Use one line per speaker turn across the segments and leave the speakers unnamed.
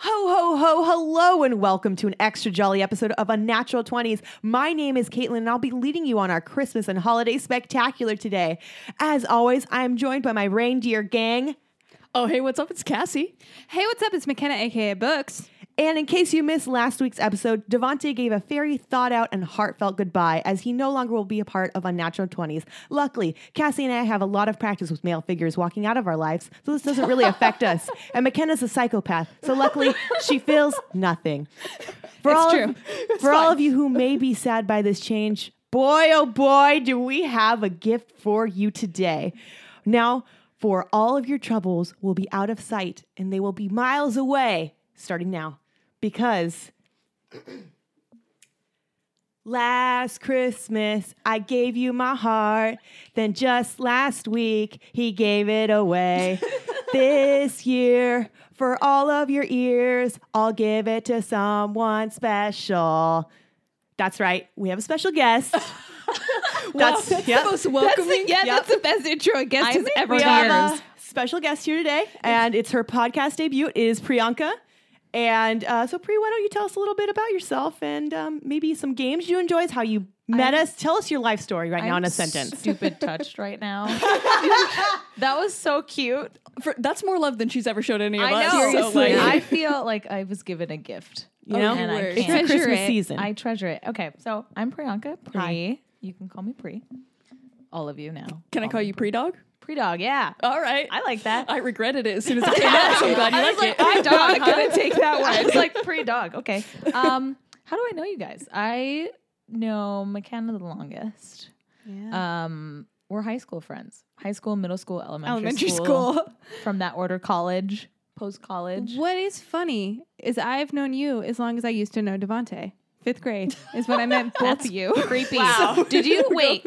Ho, ho, hello, and welcome to an extra jolly episode of Unnatural 20s. My name is Caitlin, and I'll be leading you on our Christmas and holiday spectacular today. As always, I am joined by my reindeer gang.
Oh, hey, what's up? It's Cassie.
Hey, what's up? It's McKenna, aka Books.
And in case you missed last week's episode, Devante gave a very thought out and heartfelt goodbye as he no longer will be a part of Unnatural 20s. Luckily, Cassie and I have a lot of practice with male figures walking out of our lives, so this doesn't really affect us. And McKenna's a psychopath, so luckily she feels nothing. For all
true.
Of, for all of you who may be sad by this change, boy oh boy, do we have a gift for you today. Now, for all of your troubles will be out of sight and they will be miles away starting now because Last Christmas, I gave you my heart. Then just last week, he gave it away. this year, for all of your ears, I'll give it to someone special. That's right. We have a special guest. that's yep.
Most welcoming.
yeah, that's the best intro a guest has ever
we have
heard.
a special guest here today, and it's her podcast debut. It is Priyanka. And uh, so, Pri, why don't you tell us a little bit about yourself and um, maybe some games you enjoy, how you met us? Tell us your life story right now in a sentence.
Stupid touched right now. that was so cute.
For, that's more love than she's ever showed any of
I
us.
know.
So, like,
Seriously.
I feel like I was given a gift.
You know?
and I
It's
can't.
the
treasure
Christmas
it.
season.
I treasure it. Okay, so I'm Priyanka. Pri. You can call me Pri. All of you now.
can I call you pre dog?
Pre dog? Yeah.
All right.
I like that.
I regretted it as soon as it came out, so I'm glad you
I was
like
like,
it.
I'm not gonna take that one. It's like pre dog. Okay. Um, how do I know you guys? I know McKenna the longest. Um, we're high school friends. High school, middle school, elementary,
Elementary school.
From that order, college, post college.
What is funny is I've known you as long as I used to know Devante. Fifth grade is when I met both of you.
Creepy. Did you wait?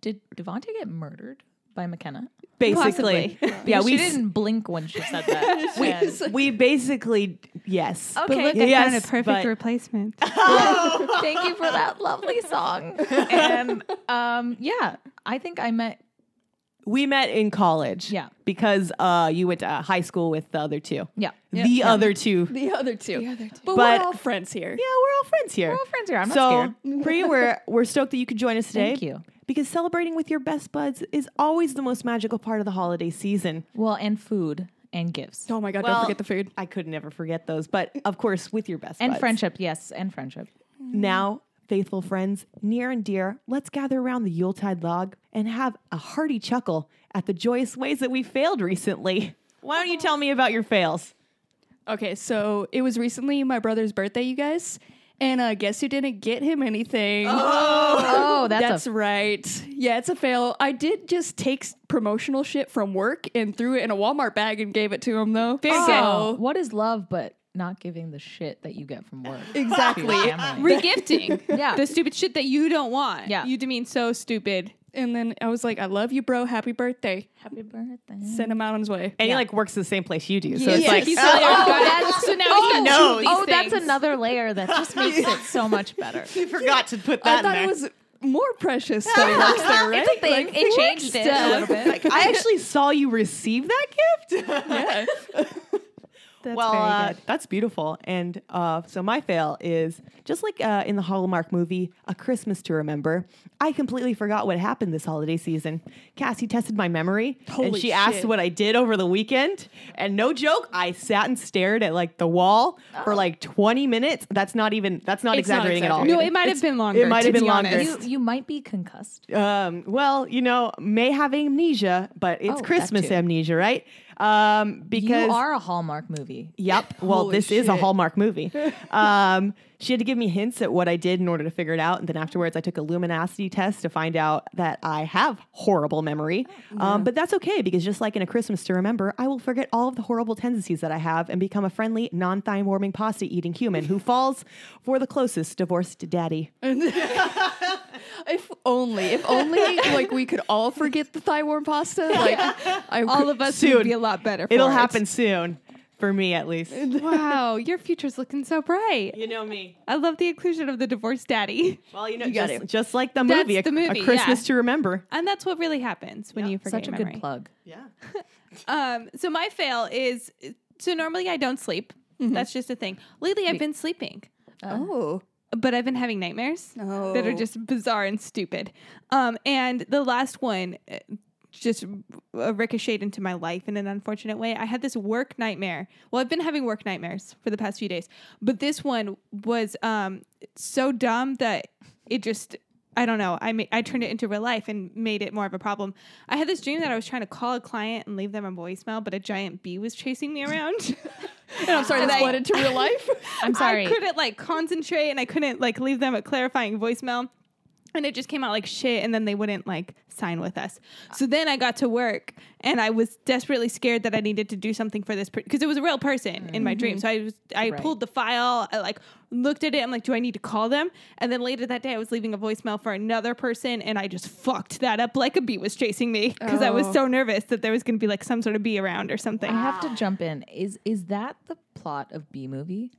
Did Devonte get murdered by McKenna?
Basically. Yeah,
Because
we,
she
s-
didn't blink when she said that. And-
we basically, yes.
But
okay,
look, I
Yes,
found a perfect
but-
replacement.
Thank you for that lovely song. And um, yeah, I think I met.
We met in college.
Yeah.
Because uh, you went to uh, high school with the other two.
Yeah,
The other two. Yeah,
The other two. But,
But-
we're all friends here.
we're all friends here.
we're all friends here. I'm
so,
not
Pri, we're, we're stoked that you could join us today.
Thank you.
Because celebrating with your best buds is always the most magical part of the holiday season.
scared. Well, and food and gifts
Oh my God,
Well-
don't forget the food.
I could never forget those, but of course, with your best
and
buds.
friendship. Yes, and friendship.
Mm-hmm.
Now, faithful friends, near and dear, let's gather around the Yuletide log and have a hearty chuckle at the joyous ways that we failed recently. Why don't you tell me about your fails?
Okay, so it was recently my brother's birthday, you guys. And uh, guess who didn't get him anything?
Oh, that's,
That's
a,
right. Yeah, it's a fail. I did just take s- promotional shit from work and threw it in a Walmart bag and gave it to him though. Very
so, What is love but not giving the shit that you get from work? Exactly.
Regifting.
Yeah.
The stupid shit that you don't want.
Yeah.
You demean so stupid.
And then I was like, "I love you, bro. Happy birthday."
Happy birthday.
Send him out on his way.
And he like works the same place you do, so
Yeah.
it's
He's
like
so there,
Oh,
got it.
that's, so now
Oh,
he
no.
Oh,
these
that's
things.
another layer that just makes it so much better.
you forgot to put that
I thought
in
it
there.
was more precious that he works there, right?
It's a thing. it changed it a little bit.
like, I actually saw you receive that gift.
Yeah.
That's
well,
very
uh,
good.
that's beautiful. And uh, so my fail is just like uh, in the Hallmark movie, A Christmas to Remember. I completely forgot what happened this holiday season. Cassie tested my memory, and
Holy
she asked
shit.
what I did over the weekend. And no joke, I sat and stared at like the wall for like 20 minutes. That's not even that's not
It's not
exaggerating
No,
at all.
it might have been longer.
might
to
have been
be
longer.
honest.
You, you might be concussed.
Um, well, you know, may have amnesia, but
Oh,
it's
that
Christmas
too.
amnesia, right? Um, because
you are a Hallmark movie.
Yep. Well,
Holy
this is a
shit.
Hallmark movie. Um, she had to give me hints at what I did in order to figure it out. And then afterwards, I took a luminosity test to find out that I have horrible memory.
Oh,
Um, but that's okay because just like in A Christmas to Remember, I will forget all of the horrible tendencies that I have and become a friendly, non thigh warming pasta eating human who falls for the closest divorced daddy.
if only, if only, like we could all forget the thigh warm pasta. Like, I
All of us
Soon.
would be a lot better. For
It'll
it.
happen soon, for me at least.
Wow, your future's looking so bright.
You know me.
I love the inclusion of the divorced daddy,
Well, you know,
got
just,
it.
just like the
That's
movie, A-
the movie,
A Christmas
yeah.
to Remember.
and that's what really happens when you forget
Such a
your memory.
good plug.
Yeah.
Um, so my fail is so normally I don't sleep.
Mm-hmm.
That's just a thing. Lately, I've been sleeping,
Oh.
but I've been having nightmares
No.
that are just bizarre and stupid. Um, and the last one uh, just uh, ricocheted into my life in an unfortunate way. I had this work nightmare. Well, I've been having work nightmares for the past few days, but this one was um so dumb that it just. I don't know. I ma- I turned it into real life and made it more of a problem. I had this dream that I was trying to call a client and leave them a voicemail, but a giant bee was chasing me around.
And I'm sorry,
And
this
I-
led into real life.
I'm sorry.
I couldn't like concentrate and I couldn't like leave them a clarifying voicemail. And it just came out like shit, and then they wouldn't like sign with us. So then I got to work, and I was desperately scared that I needed to do something for this because it was a real person in my
Mm-hmm.
dream. So I was, I
Right.
pulled the file, I like looked at it. I'm like, do I need to call them? And then later that day, I was leaving a voicemail for another person, and I just fucked that up like a bee was chasing me because I was
Oh.
so nervous that there was going to be like some sort of bee around or something.
I have to jump in. Is is that the plot of B movie?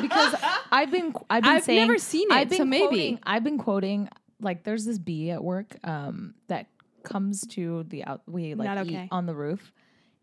because I've been I've been
I've
saying
never seen it,
I've been
so maybe.
quoting- I've been quoting like there's this bee at work um, that comes to the out we like
Not
eat
okay.
on the roof,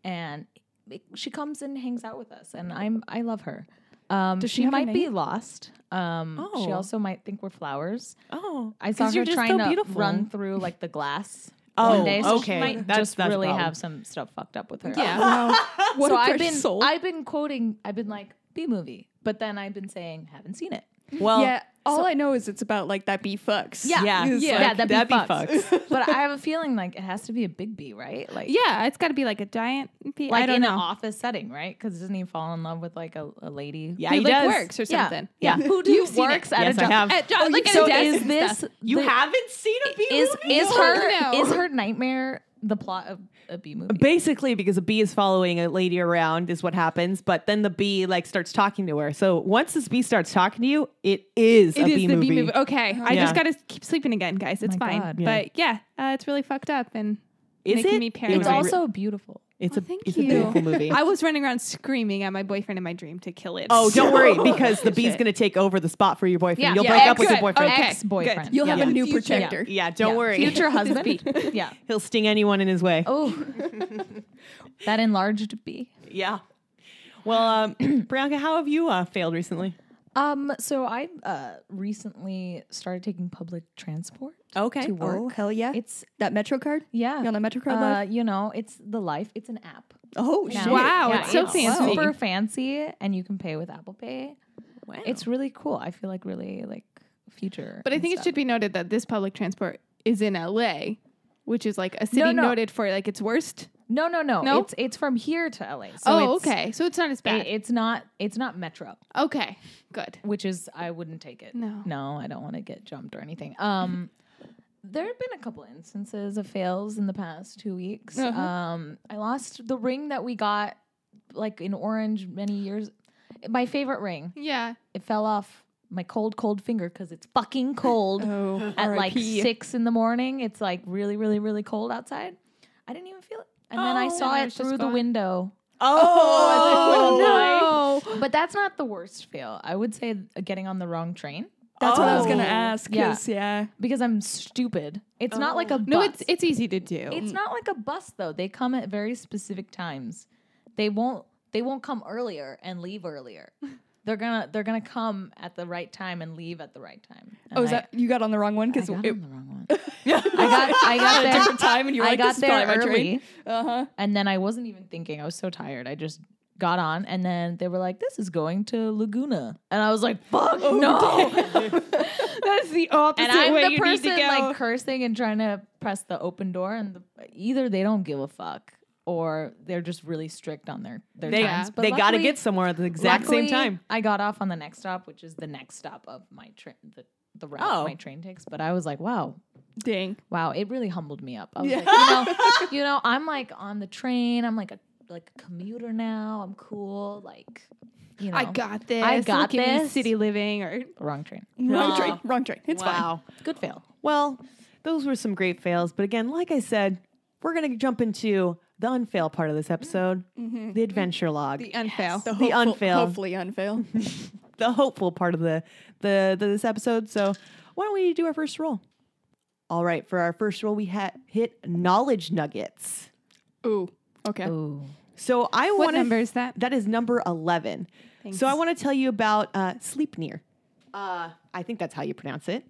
and it- she comes and hangs out with us, and I'm I love her. Um,
Does she
she,
have a
might be lost. Um,
Oh.
She also might think we're flowers.
Oh,
I saw
'Cause
her
you're just so
trying to
beautiful.
run through like the glass.
Oh,
one day, so
okay.
She might
That's-
just
that's a
really
problem.
have some stuff fucked up with her.
yeah. Wow. What
so
a
I've
fresh
been
soul.
I've been quoting I've been like B movie, but then I've been saying haven't seen it.
Well,
yeah. All I know is it's about like that bee fucks.
Yeah.
It's
Yeah.
like-
Yeah. that'd be fucks.
but I have a feeling like it has to be a big B, right? Like
Yeah, it's got to be like a giant. P-
like
I don't
in
know.
an office setting, right? Because doesn't he fall in love with like a, a lady?
Yeah,
He,
he
like
does.
works or something.
yeah. Who do
You've seen
works
it.
at
Yes,
a
I
job?
have.
At job, like at
so
a desk
is
and
this
stuff.
You
the-
haven't seen a bee
is
movie?
is
No.
her
no.
is her nightmare the plot of a B movie?
Basically, because a bee is following a lady around is what happens, but then the bee like starts talking to her. So once this bee starts talking to you, it is a
It is
bee
the
movie.
B movie. Oh, Okay, I
Yeah.
just got to keep sleeping again, guys. It's
My
fine.
God.
Yeah.
But yeah, uh, it's really fucked up and
Is
making
it?
me
It was
paranoid.
it's
re-
also beautiful.
It's a
Oh, thank
it's
you.
a beautiful movie.
I was running around screaming at my boyfriend in my dream to kill it.
oh, don't
So-
worry because the bee's
Shit.
going to take over the spot for your boyfriend.
Yeah.
You'll
Yeah.
break up with your
Good.
boyfriend.
Okay.
Ex boyfriend.
You'll have
Yeah.
a new
Future-
protector.
Yeah, don't
Yeah.
worry.
Future husband. yeah.
He'll sting anyone in his way.
Oh, that enlarged B.
Yeah. Well, um, Bianca, how have you uh, failed recently?
Um, so I uh, recently started taking public transport.
Okay.
To work.
Oh hell yeah!
It's
that Metro card.
yeah.
You on a Metro card
Uh,
life?
you know, it's the life. It's an app.
Oh
now.
shit!
Wow, it's so fancy.
Super fancy, and you can pay with Apple Pay. It's really cool. I feel like really like future.
But I
and
think it
stuff.
should be noted that this public transport is in LA, which is like a city
no.
noted for like its worst.
no, no, no,
No?
It's it's from here to LA. So
oh,
it's,
okay. So it's not as bad.
it- it's not it's not Metro,
okay, good.
which is I wouldn't take it.
No.
no, I don't want to get jumped or anything. Um, there have been a couple instances of fails in the past two weeks.
Uh-huh.
Um, I lost the ring that we got like in orange many years. My favorite ring.
Yeah.
It fell off my cold, cold finger because it's fucking cold
Oh,
at like six in the morning. It's like really, really, really cold outside. I didn't even feel it. And then I
Oh.
saw
And it
it
was just
through the
gone.
window.
Oh,
no.
But that's not the worst fail. I would say getting on the wrong train
That's what I was gonna
Oh.
ask.
Yeah.
'cause, Yeah.
because I'm stupid. It's not like a bus.
No, it's it's easy to do.
It's
Mm.
not like a bus though. They come at very specific times. They won't they won't come earlier and leave earlier. They're gonna they're gonna come at the right time and leave at the right time. And
Oh, is
I-
that you got on the wrong one?
I
Because
got
it
on the wrong one. I got I got
a
there.
different time, and you're
I
like,
got
this is
there
probably my train.
early,
Uh huh.
and then I wasn't even thinking. I was so tired. I just got on, and then they were like, "This is going to Laguna," and I was like, "Fuck
Oh,
no!"
That's the opposite
and I'm
way
the
you need to
person
go.
like cursing and trying to press the open door, and the, either they don't give a fuck, or they're just really strict on their their
They,
times. But
they got to
luckily-
get somewhere at the exact same
luckily,
time.
I got off on the next stop, which is the next stop of my train. The, the route
Oh.
my train takes, but I was like, wow,
Dang.
wow, it really humbled me up. I was like, you know, you know, I'm like on the train. I'm like a like a commuter now. I'm cool. Like, you know,
I got this.
I got
Look at me,
this.
city living or
wrong train.
Wrong
No.
train. Wrong train. It's fine.
wow.
Good fail.
Well, those were some great fails. But again, like I said, we're going to jump into the unfail part of this episode Mm-hmm. the adventure log,
the unfail.
The,
unfail.
Hopefully unfail.
the hopeful part of the, the, the this episode. So why don't we do our first roll? All right, for our first roll, we ha- hit knowledge nuggets.
Ooh. Okay.
Ooh.
So I
What
want
number is that?
That is number 11. So I want to tell you about uh, Sleipnir. Uh, I think that's how you pronounce it.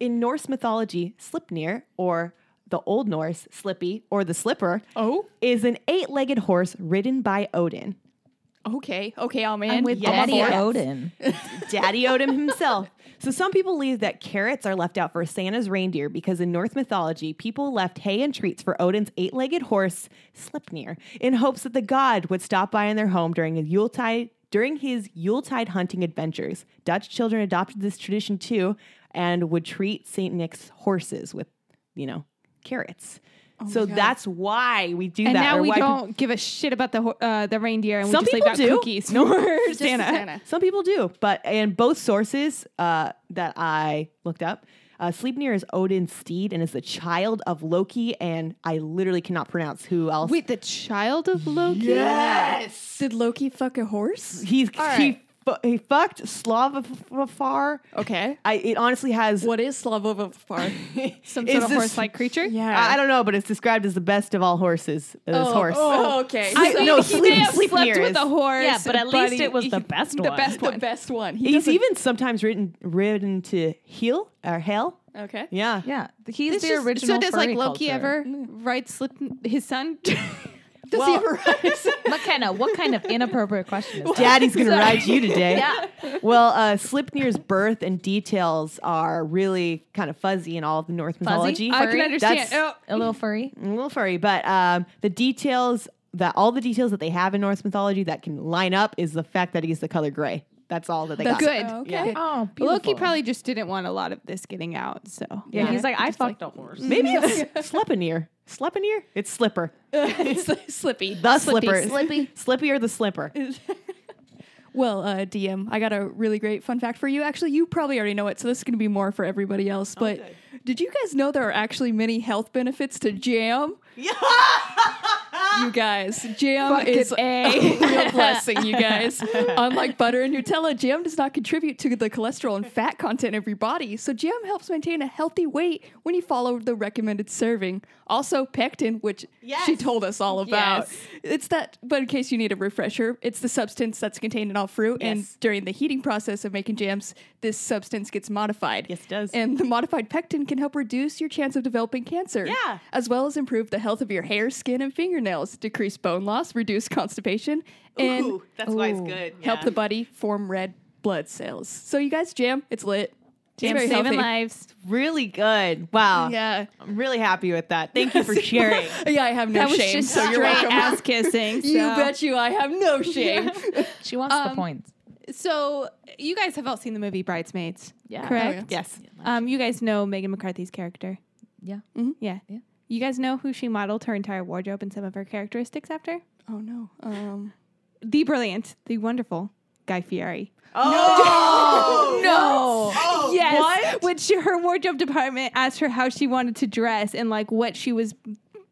In Norse mythology, Slipnir, or the Old Norse, Slippy, or the Slipper,
Oh,
is an eight legged horse ridden by Odin,
okay, okay, I'm in.
I'm with
I'm on
Daddy
board.
Odin.
Daddy Odin himself. So some people believe that carrots are left out for Santa's reindeer because in Norse mythology, people left hay and treats for Odin's eight legged horse, Slipnir, in hopes that the god would stop by in their home during his Yuletide. During his Yuletide hunting adventures, Dutch children adopted this tradition too and would treat St. Nick's horses with, you know, carrots. so that's why we do
Oh And
that.
now
or
we
why peop-
don't give a shit about the ho- uh, the reindeer, and
Some
we just leave
people
out
do.
cookies for Santa.
Some people do, but in both sources uh, that I looked up, uh, Sleipnir is Odin's steed and is the child of Loki, and I literally cannot pronounce who else.
Wait, the child of Loki.
yes,
Did Loki fuck a horse?
he's he
right.
fu- he fucked Slavafar.
Okay.
I it honestly has
What is Slavovafar?
Some
Is
sort of
this-
horse-like creature.
yeah.
I, I don't know, but it's described as the best of all horses. uh, This
oh,
horse.
Oh, okay.
I-
So
no,
he may
Sleep-
have
Sleipnir
slept
is-
with a horse.
Yeah, but at least
he-
it was the
he-
best
the
one.
best
the
one.
best one. He
He's
doesn't-
even sometimes written ridden to heel or hell.
okay.
Yeah.
Yeah, he's
It's
the
just-
original.
so does like
furry
Loki
culture. Mm.
ever write Slip his son?
Does
he
McKenna, what kind of inappropriate question? Is that?
Daddy's gonna ride you today.
Yeah.
Well, uh, Slipnir's birth and details are really kind of fuzzy in all of the North mythology.
I can
Furry?
understand.
That's-
Oh,
A little furry.
A little furry, but um, the details that all the details that they have in Norse mythology that can line up is the fact that he's the color gray. That's all that they
That's
got.
good.
Yeah.
Okay.
Oh,
Loki probably just didn't want a lot of this getting out. So
Yeah,
Yeah.
he's like, I fucked a horse.
Maybe it's Slepinir. Slepinir? It's Slipper.
it's like slippy.
The Slipper.
Slippy.
Slippy or the Slipper.
Well, uh, DM, I got a really great fun fact for you. Actually, you probably already know it, so this is going to be more for everybody else. But did you guys know there are actually many health benefits to jam? you guys, jam is a real blessing, you guys. Unlike butter and Nutella, jam does not contribute to the cholesterol and fat content of your body. So, jam helps maintain a healthy weight when you follow the recommended serving. Also, pectin, which she
Yes.
told us all about.
Yes.
It's that, but in case you need a refresher, it's the substance that's contained in all fruit.
Yes.
And during the heating process of making jams, this substance gets modified.
Yes, it does.
And the modified pectin can help reduce your chance of developing cancer.
Yeah.
As well as improve the health of your hair, skin, and fingernails, decrease bone loss, reduce constipation, and
that's why it's good.
help the body form red blood cells. So, you guys, jam, it's lit.
Damn,
it's very
saving
healthy.
lives.
Really good. Wow.
Yeah.
I'm really happy with that. Thank you for sharing.
Yeah, I have no
that was
shame.
just
So, you're
straight
welcome.
ass kissing.
You
so.
bet you I have no shame.
She wants the
Um,
points.
So you guys have all seen the movie Bridesmaids,
Yeah.
correct?
yes.
Um, you guys know Megan McCarthy's character.
Yeah.
Yeah.
Yeah.
You guys know who she modeled her entire wardrobe and some of her characteristics after?
Oh no. Um,
The brilliant, the wonderful Guy Fieri.
Oh
No.
Oh,
yes.
What?
When she, her wardrobe department asked her how she wanted to dress and like what she was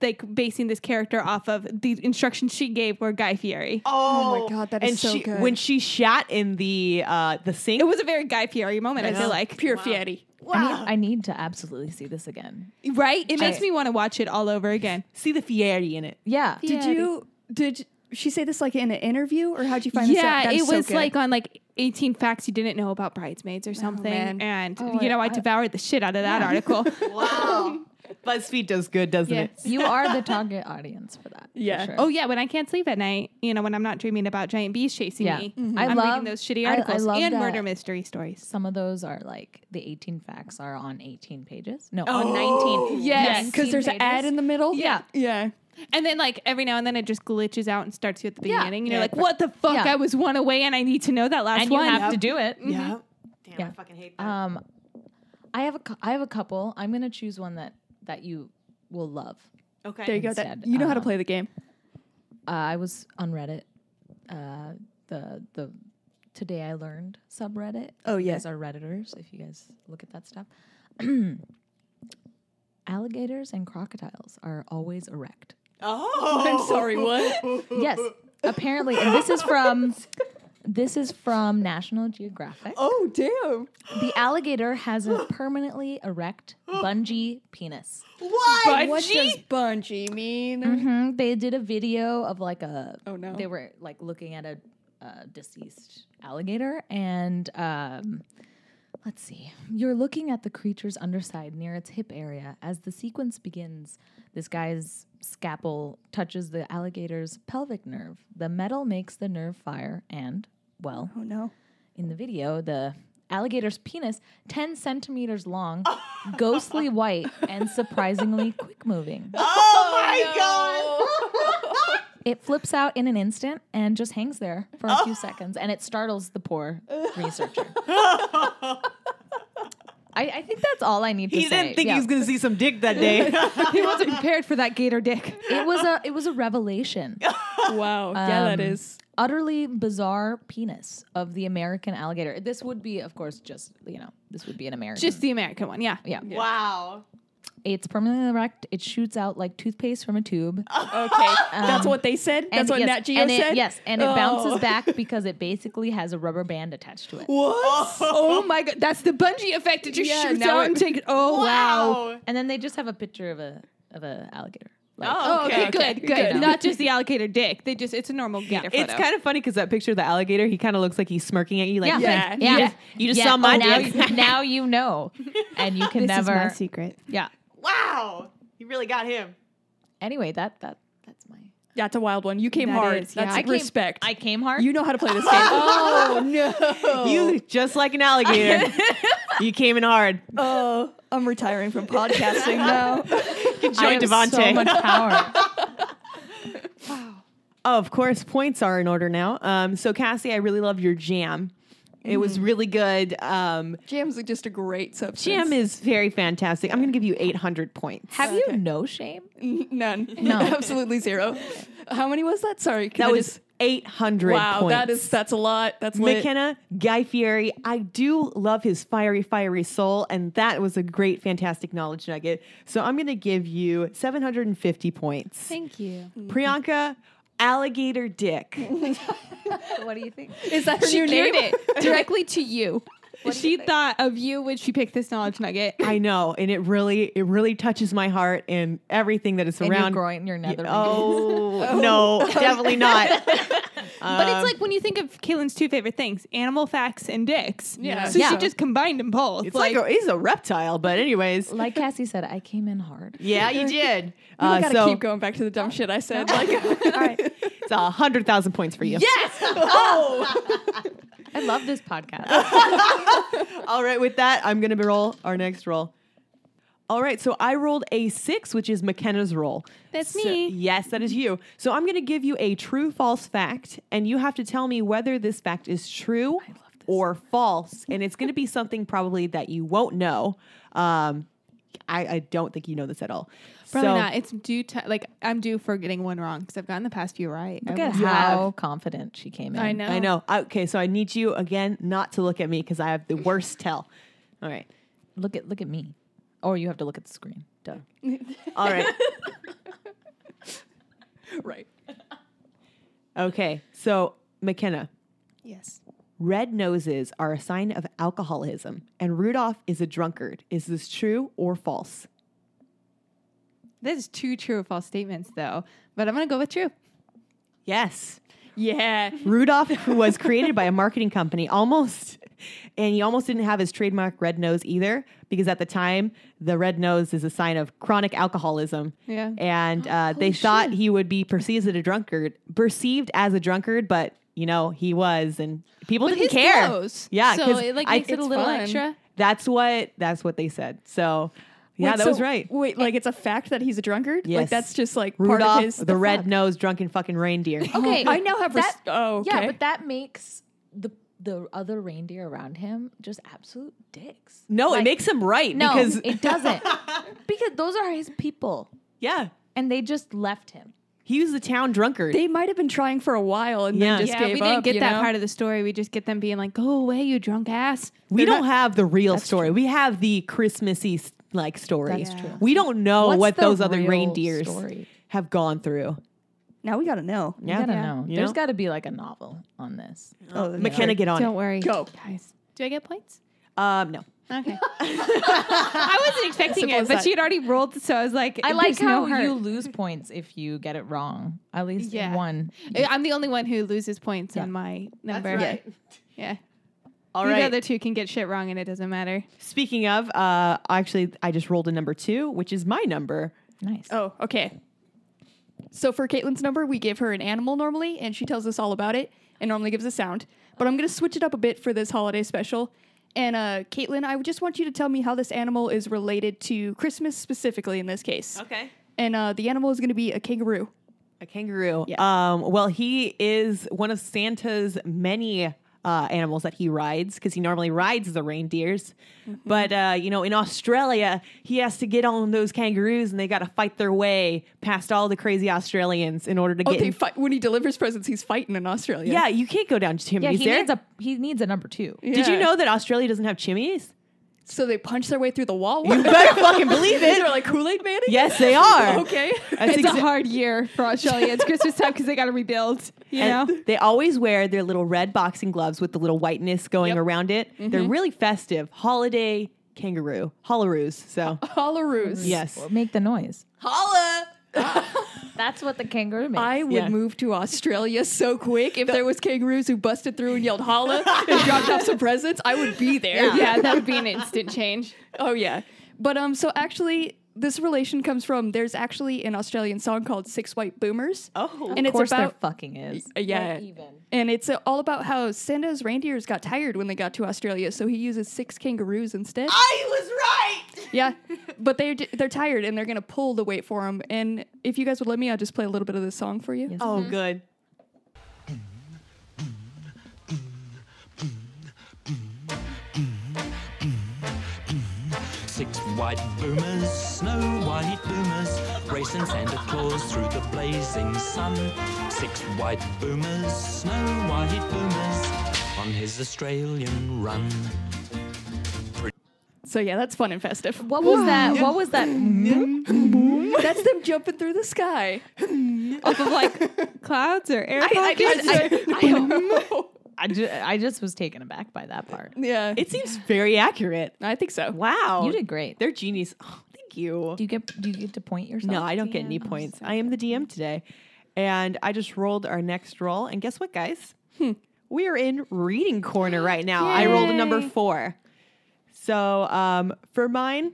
like basing this character off of, the instructions she gave were Guy Fieri.
Oh my God, that is
and
so
she,
good.
When she shat in the uh, the sink,
It was a very Guy Fieri moment. I feel like
pure Fieri.
I need, I need to absolutely see this again.
right. It makes
I-
me want to watch it all over again.
see the Fieri in it.
Yeah.
Did you did she say this like in an interview or how'd you find this out?
yeah,
That is
it
so
was
good. Oh,
like on like 18 facts you didn't know about bridesmaids or something,
man.
and
Oh,
you know I,
I-
devoured the shit out of that article.
Wow. BuzzFeed does good, doesn't
Yeah.
it?
You are the target audience for that. for
Yeah.
sure.
oh yeah, when I can't sleep at night, you know when I'm not dreaming about giant bees chasing
Yeah.
me,
Mhm. I
I'm
love-
reading those shitty
I- I
articles
love
and
that.
murder mystery stories.
Some of those are like the 18 facts are on 18 pages. No, on 19.
yes, because
19
there's an
pages.
ad in the middle.
Yeah.
yeah.
And then like every now and then it just glitches out and starts you at the
Yeah.
beginning, and you're
Yeah.
like, "What the fuck?
Yeah.
I was one away, and I need to know that last
And you
one."
have to do it.
Mm-hmm. Yeah. Damn,
Yeah.
I fucking hate that.
Um, I have a cou- I have a couple. I'm gonna choose one that that you will love.
okay.
There you go. That,
Instead,
you know how to
uh,
play the game.
Uh, I was on Reddit. Uh, the the today I learned subreddit.
Oh,
you
yeah.
guys are redditors. If you guys look at that stuff, alligators and crocodiles are always erect.
Oh.
I'm sorry. What?
yes, apparently, and this is from This is from National Geographic.
Oh, damn.
The alligator has a permanently erect bungee penis.
What?
What does bungee mean?
hmm They did a video of like a.
Oh, no.
They were like looking at a, uh deceased alligator, and um, let's see. You're looking at the creature's underside near its hip area as the sequence begins. This guy's scalpel touches the alligator's pelvic nerve. The metal makes the nerve fire, and well,
Oh no.
in the video, the alligator's penis, 10 centimeters long, ghostly white, and surprisingly quick moving.
Oh my god.
It flips out in an instant and just hangs there for a few seconds, and it startles the poor researcher. I, I think that's all I need to
He
say.
didn't think
Yeah.
he was going to see some dick that day.
He wasn't prepared for that gator dick.
it was a it was a revelation.
Wow. yeah, that
Um,
is.
Utterly bizarre penis of the American alligator. This would be, of course, just you know, this would be an American.
Just the American one, yeah.
yeah.
wow.
It's permanently erect. It shoots out like toothpaste from a tube.
Okay. That's what they said. That's
And
what
yes,
Nat Geo
and it-
said.
yes, and it
Oh.
bounces back because it basically has a rubber band attached to it.
Oh my god, that's the bungee effect. It just
Yeah,
shoots
now
out
it-
and takes. Oh wow.
And then they just have a picture of a of a alligator. Like,
Oh,
okay.
okay, good, good. Not just the alligator dick. They just—it's a normal gator photo.
It's kind of funny because that picture of the alligator, he kind of looks like he's smirking at you, like,
Yeah.
like,
Yeah.
You just, you just
yeah,
saw my
oh, now,
dick.
you- now you know, and you can never.
secret.
yeah.
wow. You really got him.
Anyway, that that that's my.
That's a wild one. You came
That
hard.
is, yeah.
That's
I
came-
respect.
I came hard.
you know how to play this game. oh no.
You just like an alligator. you came in hard.
Oh, I'm retiring from podcasting now.
Good
I
job,
have so
Devante.
much power.
Oh, of course, points are in order now. Um, so Cassie, I really loved your jam. It was really good. Um,
Jam's just a great substance.
jam is very fantastic. I'm going to give you 800 points.
Have you no shame?
none.
No.
Absolutely zero. How many was that? Sorry. can
That
I
was
just-
800
Wow,
points.
that is that's a lot. That's lit.
McKenna, Guy Fieri. I do love his fiery, fiery soul, and that was a great, fantastic knowledge nugget. So I'm going to give you 750 points.
Thank you.
Priyanka, alligator dick.
What do you think?
Is that her
She
new name?
geared it directly to you. she thought of you when she picked this knowledge nugget.
I know, and it really, it really touches my heart and everything that is
In your
around.
groin, your nether. region.
oh no, definitely not.
but it's like when you think of Caitlin's two favorite things: animal facts and dicks.
Yeah.
So she
Yeah.
just combined them both.
It's like, a, he's a reptile, but anyways,
Like Cassie said, I came in hard.
yeah, you did.
I
Uh,
gotta
so
keep going back to the dumb shit I said. Like,
it's a hundred thousand points for you.
I love this podcast.
All right, with that, I'm going to roll our next roll. All right, so I rolled a six, which is McKenna's roll.
That's
So-
me.
yes, that is you. So I'm going to give you a true false fact, and you have to tell me whether this fact is true or false. And it's going to be something probably that you won't know. Um, I, I don't think you know this at all.
Probably
so,
not. It's due to like I'm due for getting one wrong because I've gotten the past few right.
Look
I
at
was-
how confident she came in.
I know.
I know. I- okay, so I need you again not to look at me because I have the worst tell. All right.
Look at look at me. Or you have to look at the screen. Duh.
All right.
right.
Okay, so McKenna.
Yes.
Red noses are a sign of alcoholism, and Rudolph is a drunkard. Is this true or false?
That is two true or false statements though, but I'm gonna go with true.
Yes.
Yeah.
Rudolph who was created by a marketing company almost, and he almost didn't have his trademark red nose either, because at the time, the red nose is a sign of chronic alcoholism.
Yeah.
And uh, they thought he would be perceived as a drunkard, perceived as a drunkard, but you know, he was, and people
But
didn't
his
care.
glows.
Yeah,
So
'cause
it like
I-
makes it a
it's
little
fun.
extra.
That's what that's what they said. So yeah,
Wait,
that
so-
was right.
Wait, like it's a fact that he's a drunkard? Like
Yes.
that's just like part
Rudolph,
of his
the red nosed drunken fucking reindeer.
Oh,
Okay.
I now have res-
that-
oh, okay.
Yeah, but that makes the the other reindeer around him just absolute dicks.
No, it
Like-
makes him right
No,
because
it doesn't. because those are his people.
yeah,
And they just left him.
he was the town drunkard.
they might have been trying for a while and
Yeah.
then just
yeah,
gave
we didn't
up,
get
you
that
know?
part of the story. We just get them being like, "Go away, you drunk ass."
we don't have the real story. We have the Christmassy s- like story.
That's true.
We don't know
What's
what
the
those other
real
reindeers
story?
have gone through.
Now we gotta know.
I
Yeah.
gotta
Yeah.
know.
You
There's
know?
got to be like a novel on this.
Oh,
McKenna, get on
Don't worry.
Go.
Guys. Do I get points?
it. Um, no.
Okay. I wasn't expecting
Simple
it,
as
but
that.
she had already rolled, so I was like,
I like
there's no
how
hurt.
you lose points if you get it wrong. At least
Yeah.
one.
I- I'm the only one who loses points on my number. Yeah.
All
You
right.
The other two can get shit wrong and it doesn't matter.
Speaking of, uh, actually, I just rolled a number two, which is my number.
Nice.
Oh, okay. So for Caitlin's number, we give her an animal normally, and she tells us all about it, and normally gives a sound. But I'm gonna switch it up a bit for this holiday special. And uh, Caitlin, I would just want you to tell me how this animal is related to Christmas specifically in this case.
Okay.
And uh, the animal is gonna be a kangaroo.
A kangaroo. Um, well, he is one of Santa's many uh, animals that he rides because he normally rides the reindeers. But, uh, you know, in Australia, he has to get on those kangaroos and they got to fight their way past all the crazy Australians in order to
Oh,
get.
they
in-
fight when he delivers presents. He's fighting in Australia.
yeah, you can't go down to
yeah,
chimneys
he
there.
needs a he needs a number two.
Did you
Yeah.
know that Australia doesn't have chimneys?
So they punch their way through the wall.
You better fucking believe it.
They're like Kool Aid Man.
Yes, they are.
Okay.
That's
It's a
exa-
hard year for Australia. It's Christmas time because they got to rebuild. You know?
And they always wear their little red boxing gloves with the little whiteness going
Yep.
around it. They're really festive. Holiday kangaroo. Hollaroos. So
Hollaroos.
yes.
Make the noise.
Holla.
That's what the kangaroo makes.
I would
Yeah.
move to Australia so quick if there was kangaroos who busted through and yelled holla and dropped off some presents. I would be there.
yeah, that would be an instant change.
Oh yeah. But um, so actually, this relation comes from there's actually an Australian song called Six White Boomers.
Oh.
and
of
it's
course
about
there fucking is.
Uh, yeah.
Not even.
and it's uh, all about how Santa's reindeers got tired when they got to Australia, so he uses six kangaroos instead.
I was right.
yeah, but they're j- they're tired and they're gonna pull the weight for him. And if you guys would let me, I'll just play a little bit of this song for you.
Oh, good.
Six white boomers, snow white boomers, racing Santa Claus through the blazing sun. Six white boomers, snow white boomers, on his Australian run.
So yeah, that's fun and festive.
What was that? What was that?
That's them jumping through the sky.
Off of like clouds or air
I,
pockets.
I, ju- I just was taken aback by that part.
yeah,
It seems very accurate.
I think so.
Wow.
You did great.
They're genius. Oh, thank you.
Do you get do you get to point yourself?
No, I don't get any
DM?
points. I am the DM today. And I just rolled our next roll. And guess what, guys? We are in reading corner right now. I rolled a number four. So um, for mine,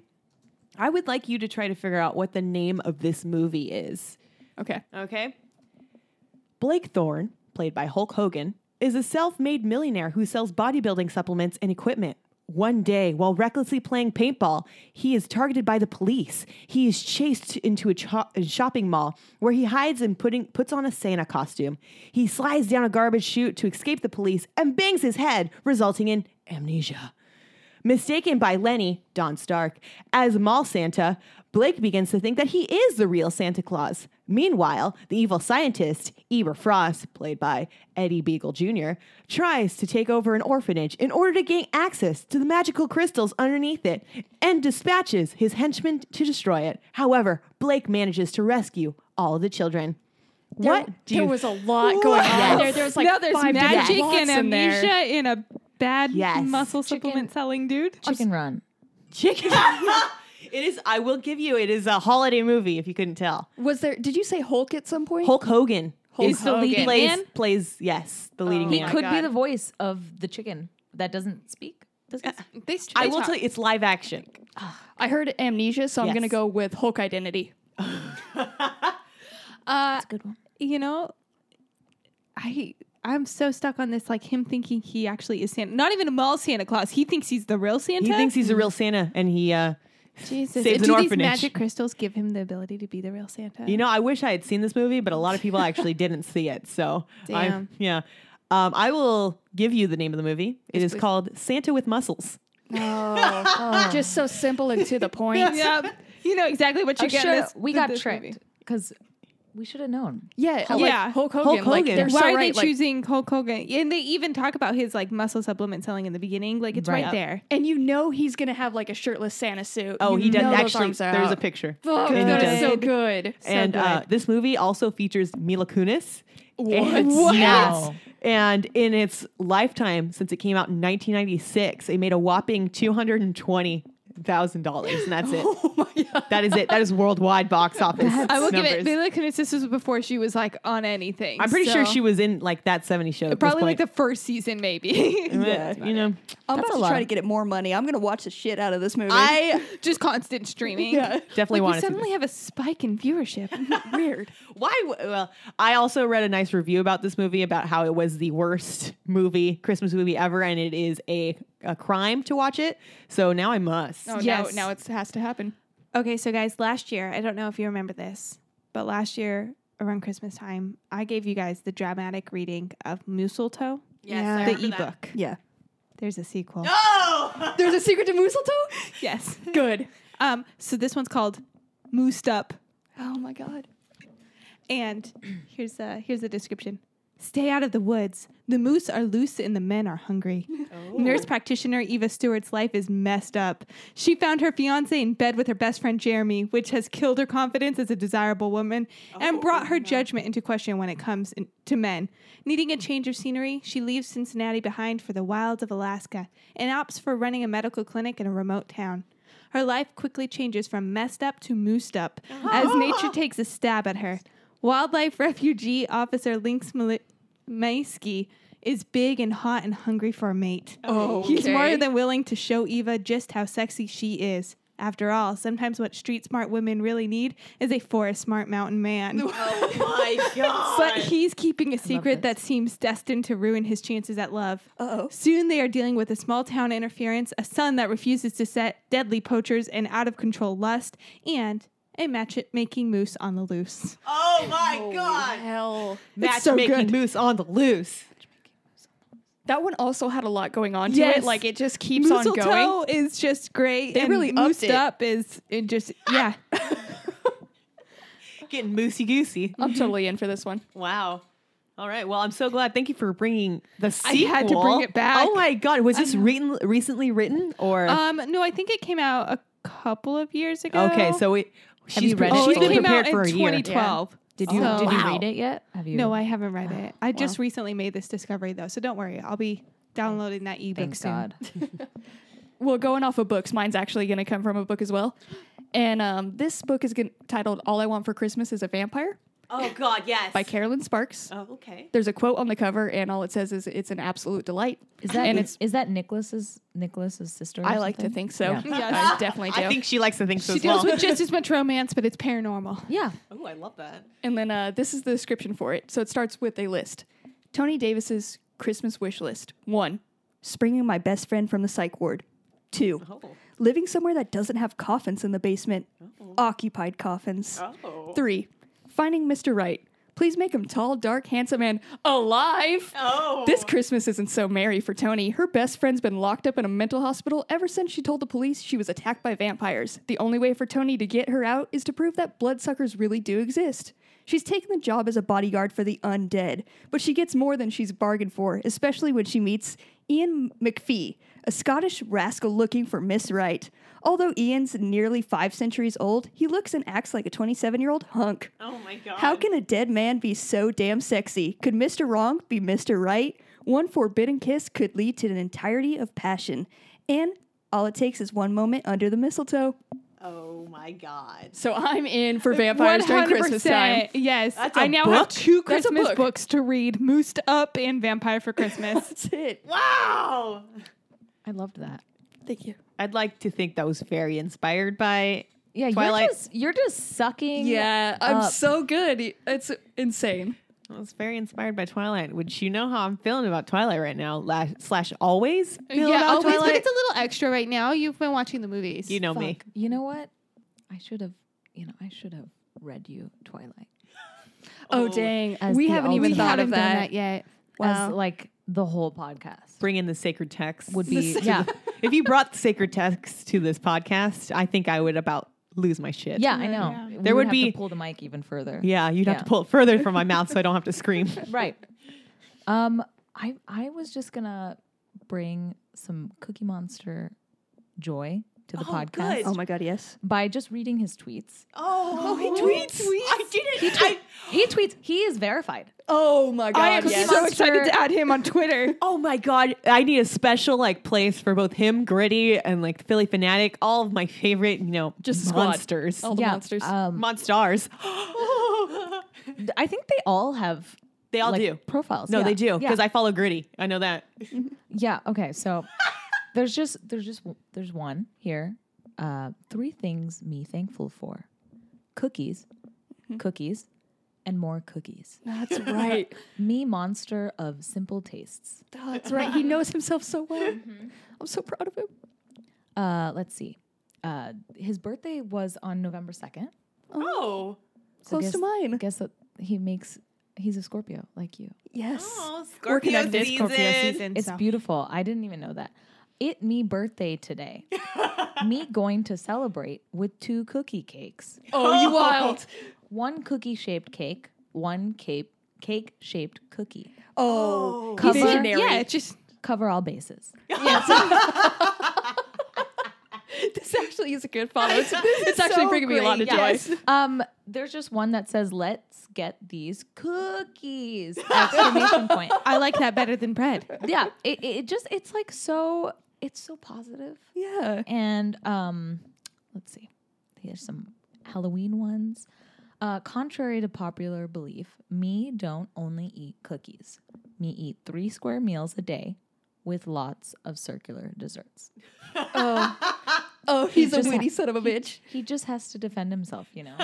I would like you to try to figure out what the name of this movie is.
Okay.
Okay. Blake Thorne, played by Hulk Hogan, is a self made millionaire who sells bodybuilding supplements and equipment. One day, while recklessly playing paintball, he is targeted by the police. He is chased into a, cho- a shopping mall where he hides and putting, puts on a Santa costume. He slides down a garbage chute to escape the police and bangs his head, resulting in amnesia. Mistaken by Lenny, Don Stark, as Mall Santa, Blake begins to think that he is the real Santa Claus. Meanwhile, the evil scientist, Eber Frost, played by Eddie Beagle Jr., tries to take over an orphanage in order to gain access to the magical crystals underneath it and dispatches his henchmen to destroy it. However, Blake manages to rescue all the children. what do
there
you
was a lot going on there. There was like
no, there's
five different
magic
plots
and
in there.
amnesia in a bad
Yes.
muscle supplement selling dude.
Chicken run.
chicken? it is. I will give you. It is a holiday movie. If you couldn't tell,
Was there? Did you say Hulk at some point?
Hulk Hogan
Hulk
is the
Hogan.
leading-
plays
man?
plays yes the
Oh
leading
He
man.
could be
God.
the voice of the chicken that doesn't speak. Does it speak?
They
I will tell you, it's live action.
I heard amnesia, so I'm
Yes.
gonna go with Hulk identity.
Uh,
That's a good one.
you know, I I'm so stuck on this like him thinking he actually is Santa. Not even a mall Santa Claus. He thinks he's the real Santa.
He thinks he's
Mm.
a real Santa, and he. uh
Jesus.
saves
Do
an
these
orphanage.
magic crystals give him the ability to be the real Santa?
You know, I wish I had seen this movie, but a lot of people actually didn't see it. So, I-
Damn.
yeah. Um, I will give you the name of the movie. It is
please.
called Santa with Muscles.
Oh, Just so simple and to the point.
yeah, you know exactly what you're
I'm
getting.
sure
this-
we
th-
got
this movie.
tricked because we should have known.
Yeah,
Hulk-
like
Yeah.
Hulk Hogan.
Hulk
Like
Hogan.
they're
Why
so
are
right.
they
like-
choosing Hulk Hogan? And they even talk about his like muscle supplement selling in the beginning. Like it's right,
Right.
there.
and you know he's gonna have like a shirtless Santa suit.
Oh,
You
he does
know those
actually.
arms are
There's a
out.
picture.
Oh,
Fuck,
Good.
that is so
Good.
good.
and uh, this movie also features Mila Kunis. And,
What?
Yes.
Wow.
And in its lifetime, since it came out in 1996, it made a whopping $220,000. And that's it.
oh my god.
that is it. That is worldwide box office.
I will
numbers.
give it. Mila Kunis. This was before she was like on anything.
I'm pretty
so-
sure she was in like that 70 show. At
probably
this
like
point.
the first season, maybe.
Yeah, you know,
I'm
That's
about
a
to
lot.
try to get it more money. I'm gonna watch the shit out of this movie.
I
Just constant streaming.
yeah.
definitely
like,
want
we
to
suddenly have a spike in viewership.
Weird.
Why? w- Well, I also read a nice review about this movie about how it was the worst movie, Christmas movie ever, and it is a, a crime to watch it. So now I must.
Oh,
Yes.
now, now it has to happen.
Okay, so guys, last year, I don't know if you remember this, but last year around Christmas time, I gave you guys the dramatic reading of Mistletoe,
Yes, I
the ebook.
Yeah.
There's a sequel.
There's a secret to mistletoe?
Yes.
Good.
Um, so this one's called Moosed Up.
Oh my god.
And here's a here's the description. Stay out of the woods. The moose are loose and the men are hungry. Nurse practitioner Eva Stewart's life is messed up. She found her fiance in bed with her best friend Jeremy, which has killed her confidence as a desirable woman and brought her judgment into question when it comes in- to men. Needing a change of scenery, she leaves Cincinnati behind for the wilds of Alaska and opts for running a medical clinic in a remote town. Her life quickly changes from messed up to moosed up as nature takes a stab at her. Wildlife refugee officer Lynx Mali- Maisky is big and hot and hungry for a mate.
Oh,
He's more than willing to show Eva just how sexy she is. After all, sometimes what street smart women really need is a forest smart mountain man.
Oh
my god!
But he's keeping a secret that seems destined to ruin his chances at love.
Uh-oh.
Soon they are dealing with a small town interference, a son that refuses to set deadly poachers and out of control lust, and a matchmaking moose on the loose.
Oh my god!
Hell.
Matchmaking moose on the loose.
That one also had a lot going on to
Yes.
it. Like it just keeps on going.
Mistletoe is just great.
They
and
really upped
moosed
it.
up is it just yeah.
Getting moosey goosey.
I'm
Mm-hmm.
totally in for this one.
Wow. All right. Well, I'm so glad. Thank you for bringing the
I
sequel.
had to bring it back.
Oh my god! Was this written recently written or?
um, no, I think it came out a couple of years ago. Oh,
okay, so it. She's,
you
pre-
read it,
she's been
it
Fully?
came
prepared
out in
for a year.
2012.
Did you
So-
did you
Wow.
read it yet? Have you?
No, I haven't read it. I just
Wow.
recently made this discovery though, so don't worry. I'll be downloading that ebook
Thank
soon.
God.
Well, going off of books, mine's actually going to come from a book as well. And um, this book is gonna, titled All I Want for Christmas is a Vampire
Oh god! Yes.
by Carolyn Sparks.
Oh okay.
There's a quote on the cover, and all it says is it's an absolute delight.
Is that
and it's
is that Nicholas's Nicholas's sister? or
I like to
something?
think so.
Yeah.
I definitely do.
I think she likes to think so
She
as well.
deals with just as much romance, but it's paranormal.
Yeah.
oh, I love that.
And then uh, this is the description for it. So it starts with a list Tony Davis's Christmas wish list. One, springing my best friend from the psych ward. Two,
Oh.
living somewhere that doesn't have coffins in the basement, occupied coffins.
Oh.
Three, finding Mr. Right. Please make him tall, dark, handsome, and alive.
Oh.
This Christmas isn't so merry for Tony. Her best friend's been locked up in a mental hospital ever since she told the police she was attacked by vampires. The only way for Tony to get her out is to prove that bloodsuckers really do exist. She's taken the job as a bodyguard for the undead, but she gets more than she's bargained for, especially when she meets Ian McPhee, a Scottish rascal looking for Miss Wright. Although Ian's nearly five centuries old, he looks and acts like a 27 year old hunk.
Oh my god.
How can a dead man be so damn sexy? Could Mr. Wrong be Mr. Right? One forbidden kiss could lead to an entirety of passion. And all it takes is one moment under the mistletoe.
Oh my god.
So I'm in for vampires during Christmas time.
100%. Yes.
That's a
I now
book?
have two
That's a
Christmas
book.
books to read Moosed Up and Vampire for Christmas.
That's it.
Wow.
I loved that.
Thank you.
I'd like to think that was very inspired by
Yeah,
Twilight.
you're just you're just sucking.
Yeah, I'm
up.
so good. It's insane.
I was very inspired by Twilight, which you know how I'm feeling about Twilight right now. Lash, slash always feel
yeah,
about
always,
Twilight.
but it's a little extra right now. You've been watching the movies.
you know me.
Fuck. You know what? I should have. You know, I should have read you Twilight
Oh,
Oh,
dang.
as
we
the
haven't even
ultimate-
thought
haven't
of
done
that.
that yet.
as like the whole podcast
Bring in the sacred text
would be. yeah,
if you brought the sacred text to this podcast, I think I would about lose my shit.
Yeah, I know.
There would
have
be-
to pull the mic even further.
Yeah, you'd have
Yeah.
to pull it further from my mouth so I don't have to scream.
Right. Um, I I was just gonna bring some Cookie Monster joy to the
Oh,
podcast
good. Oh
my god, yes.
by just reading his tweets.
Oh, he tweets. I didn't. He I,
He tweets. He is verified.
Oh my god!
I am
yes.
so
Monster-
excited to add him on Twitter.
oh my god, I need a special like place for both him, Gritty, and like Philly fanatic. All of my favorite, you know,
Just
just
squad.
monsters,
All the monsters.
Um,
monstars.
d- I think they all have.
they all
like,
do.
profiles.
No,
Yeah.
they do because
Yeah.
I follow Gritty. I know that.
Yeah. Okay. So there's just there's just w- there's one here. Uh, three things me thankful for: cookies, cookies, and more cookies.
Mm-hmm. That's right.
Me monster of simple tastes.
That's right. He knows himself so well. I'm so proud of him.
Uh, let's see. Uh, his birthday was on November second.
Oh,
So
Close to
guess-
mine.
Guess that he makes. He's a Scorpio, like you.
Yes.
Oh, Scorpio
It is Scorpio season.
It's
so.
beautiful. I didn't even know that. It me birthday today. me going to celebrate with two cookie cakes.
Oh, you wild.
one cookie shaped cake, one cape cake shaped cookie.
Oh,
Cover-
visionary.
Yeah, it's just
Cover all bases.
This actually is a good follow. It's, it's actually
so
bringing me a lot of
great,
joy.
yes.
Um, there's just one that says, "Let's get these cookies!" Exclamation point.
I like that better than bread.
Yeah, it, it just it's like so it's so positive.
Yeah.
And um, let's see, here's some Halloween ones. Uh, contrary to popular belief, me don't only eat cookies. Me eat three square meals a day with lots of circular desserts.
Oh, he's a
just
witty
ha-
son of a bitch.
He just has to defend himself, you know.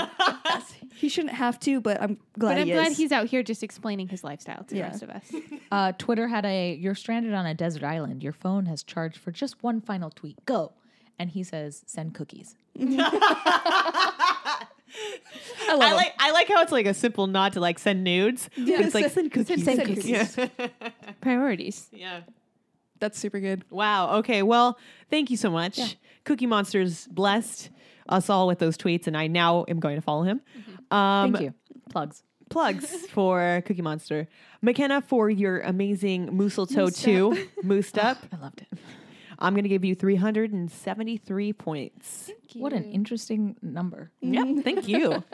He shouldn't have to, but I'm glad
But I'm
he
glad
is.
he's out here just explaining his lifestyle to
Yeah.
the rest of us.
Uh, Twitter had a "You're stranded on a desert island. Your phone has charged for just one final tweet. Go." And he says, "Send cookies."
I love
I
him.
like I like how it's like a simple nod to like send nudes. It's like send cookies.
send cookies.
Yeah.
Priorities.
yeah.
That's super good.
Wow. Okay. Well, thank you so much. Cookie Monster's blessed us all with those tweets, and I now am going to follow him. Um,
Thank you. Plugs.
Plugs for Cookie Monster. miskenna for your amazing Moosel 2 Moosed Up.
I loved it.
I'm going to give you 373 points.
What an interesting number.
Yep. Thank you.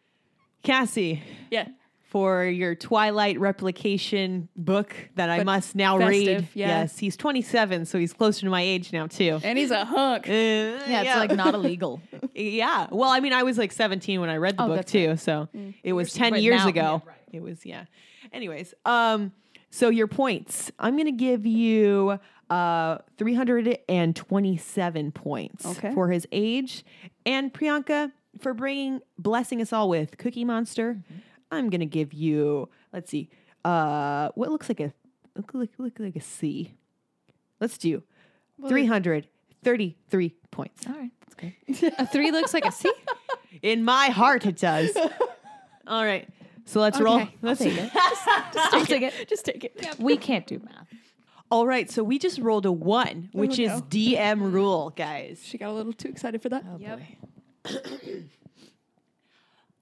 Cassie,
Yeah.
for your Twilight replication book that I
But
must now
festive,
read.
yeah.
Yes, he's 27, so he's closer to my age now, too.
And he's a hunk.
yeah,
Yeah, it's like not illegal.
Yeah. Well, I mean, I was like 17 when I read the
Oh,
book
that's
too, so it was 10
But
years
now-
ago.
yeah, right.
It was yeah. Anyways, um so your points. I'm going to give you uh 327 points
Okay.
for his age and Priyanka for bringing blessing us all with Cookie Monster.
Mm-hmm.
I'm going to give you let's see. Uh what looks like a look like look like a C. Let's do 333 points.
All right, that's good.
A three looks like a C.
In my heart, it does. All right. So let's roll.
Okay,
Let's
take it.
Just take it. Just take it.
We can't do math.
All right. So we just rolled a one,
Oh,
which is DM rule, guys.
She got a little too excited for that.
Yep.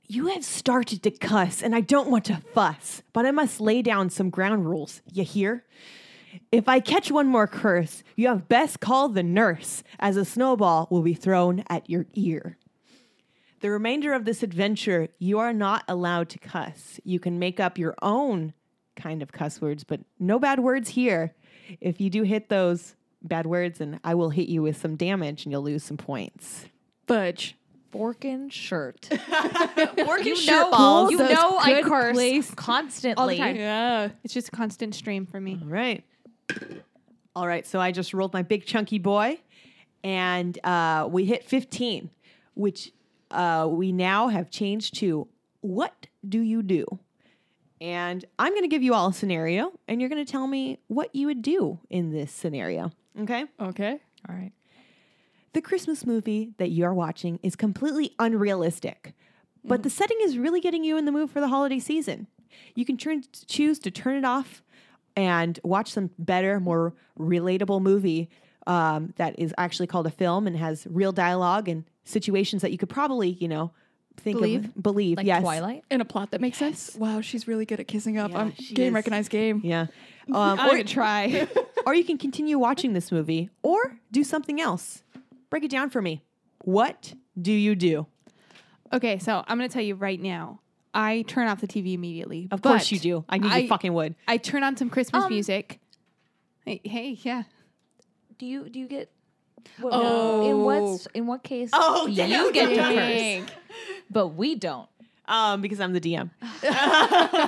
You have started to cuss, and I don't want to fuss, but I must lay down some ground rules. You hear? If I catch one more curse, you have best call the nurse, as a snowball will be thrown at your ear. The remainder of this adventure, you are not allowed to cuss. You can make up your own kind of cuss words, but no bad words here. If you do hit those bad words, and I will hit you with some damage and you'll lose some points.
Fudge.
Forkin shirt.
Working
You know,
balls.
you
Those
know Oh, I
good
curse
place-
constantly.
all the time.
Yeah.
It's just a constant stream for me.
All right. All right. So I just rolled my big chunky boy, and uh, we hit 15, which uh, we now have changed to what do you do? And I'm going to give you all a scenario, and you're going to tell me what you would do in this scenario. Okay.
Okay.
All right.
The Christmas movie that you're watching is completely unrealistic, but the setting is really getting you in the mood for the holiday season. You can turn, choose to turn it off and watch some better, more relatable movie um, that is actually called a film and has real dialogue and situations that you could probably, you know, think of.
Believe?
Believe,
Like
yes.
Twilight.
in a plot that makes sense. Wow, she's really good at kissing up.
Yeah,
I'm
she
game
is.
recognized game.
Yeah. Um,
I'm gonna try.
or you can continue watching this movie or do something else. Break it down for me. What do you do?
okay, so I'm gonna tell you right now. I turn off the TV immediately.
Of course
but
you do. I knew you fucking would.
I turn on some Christmas
Um,
music. Hey, hey, yeah.
Do you do you get? What,
Oh.
In what in what case?
Oh,
do
damn,
you get to
dang.
curse, but we don't.
Um, because I'm the DM.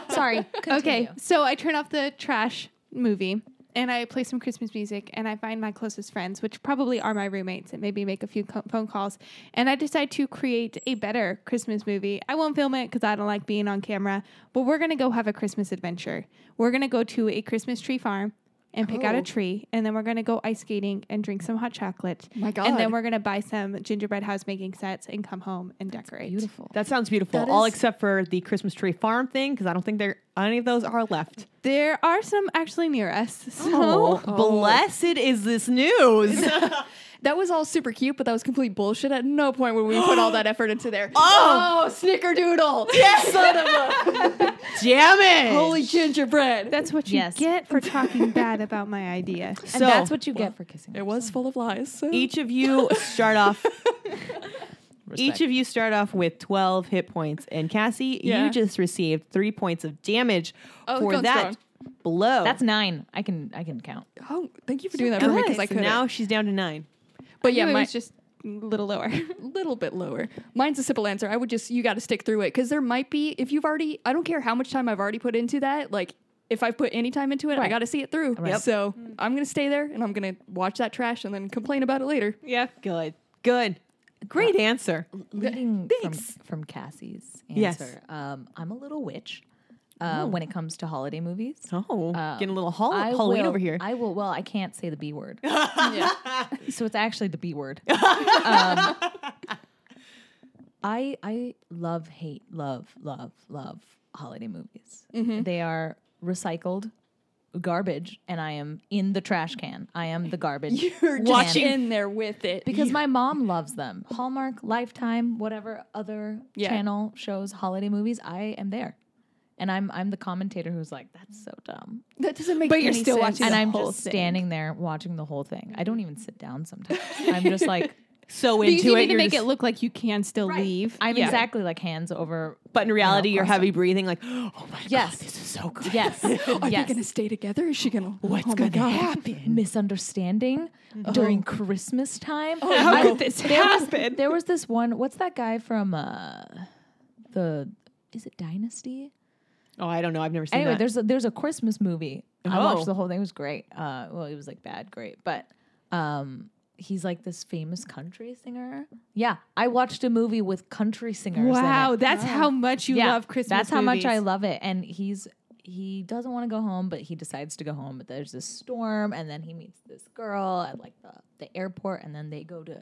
Sorry.
Okay,
Continue.
so I turn off the trash movie and I play some Christmas music and I find my closest friends, which probably are my roommates, and maybe make a few co- phone calls. And I decide to create a better Christmas movie. I won't film it because I don't like being on camera, but we're going to go have a Christmas adventure. We're going to go to a Christmas tree farm and pick out a tree, and then we're going to go ice skating and drink some hot chocolate.
My
And
God.
then we're going to buy some gingerbread house making sets and come home and decorate.
Beautiful.
That sounds beautiful.
That
All
is-
except for the Christmas tree farm thing, because I don't think there any of those are left.
There are some actually near us. So.
Oh. blessed is this news.
That was all super cute, but that was complete bullshit. At no point would we put all that effort into there. Oh, snickerdoodle. Yes. Son of
Damn it.
a holy gingerbread.
That's what you
Yes.
get for talking bad about my idea.
and that's what you get for kissing.
it was full of lies. so-
each of you start off each of you start off with 12 hit points and Cassie,
Yeah.
you just received 3 points of damage
Oh,
for
going
that blow.
That's nine. I can I can count.
oh, thank you for doing that for me because I
So
could
now she's down to 9.
But
Yeah,
yeah,
it
my,
was just a little lower.
little bit lower. Mine's a simple answer. I would just you got to stick through it because there might be if you've already. I don't care how much time I've already put into that. Like if I've put any time into it, I
Right.
got to see it through.
Right. Yep.
So I'm gonna stay there and I'm gonna watch that trash and then complain about it later.
yeah.
Good. Good.
Uh,
Great answer.
Leading from,
thanks.
from Cassie's answer.
Yes.
Um, I'm a little witch uh, when it comes to holiday movies.
Oh,
Um,
getting a little hall-
I
Halloween
will-
over here.
I will. Well, I can't say the B word,
yeah.
so it's actually the B word. um, I I love, hate, love, love, love holiday movies.
Mm-hmm.
They are recycled garbage, and I am in the trash can. I am the garbage.
You're just
Watching-
in there with it.
because my mom loves them. Hallmark, Lifetime, whatever other
Yeah.
channel shows holiday movies, I am there. And I'm I'm the commentator who's like, that's so dumb.
that doesn't make
But you're
any
still
sense.
watching
and
the
I'm
whole
just
thing.
standing there watching the whole thing. I don't even sit down sometimes. I'm just like
so
Because
into it,
you need to
you're
make
just-
it look like you can still leave.
I'm
Yeah.
exactly like hands over
but in reality,
you know,
you're heavy breathing like, "Oh my
Yes.
god, this is so good."
Yes.
Are
yes.
they gonna stay together? Is she gonna?
What's
oh my
going to
God.
happen?
misunderstanding
Mm-hmm. Oh.
during Christmas time.
How
I-
did this happen?
there was this one, what's that guy from uh the is it Dynasty?
Oh, I don't know. I've never seen
anyway,
that.
there's a there's a Christmas movie. I
Oh.
watched the whole thing. It was great. Uh, well, it was like bad, great, but um, he's like this famous country singer. Yeah, I watched a movie with country singers. in it.
Wow, that's how much you
Yeah,
love Christmas.
That's how much I
movies.
love it. And he's he doesn't want to go home, but he decides to go home. But there's this storm, and then he meets this girl at like the the airport, and then they go to.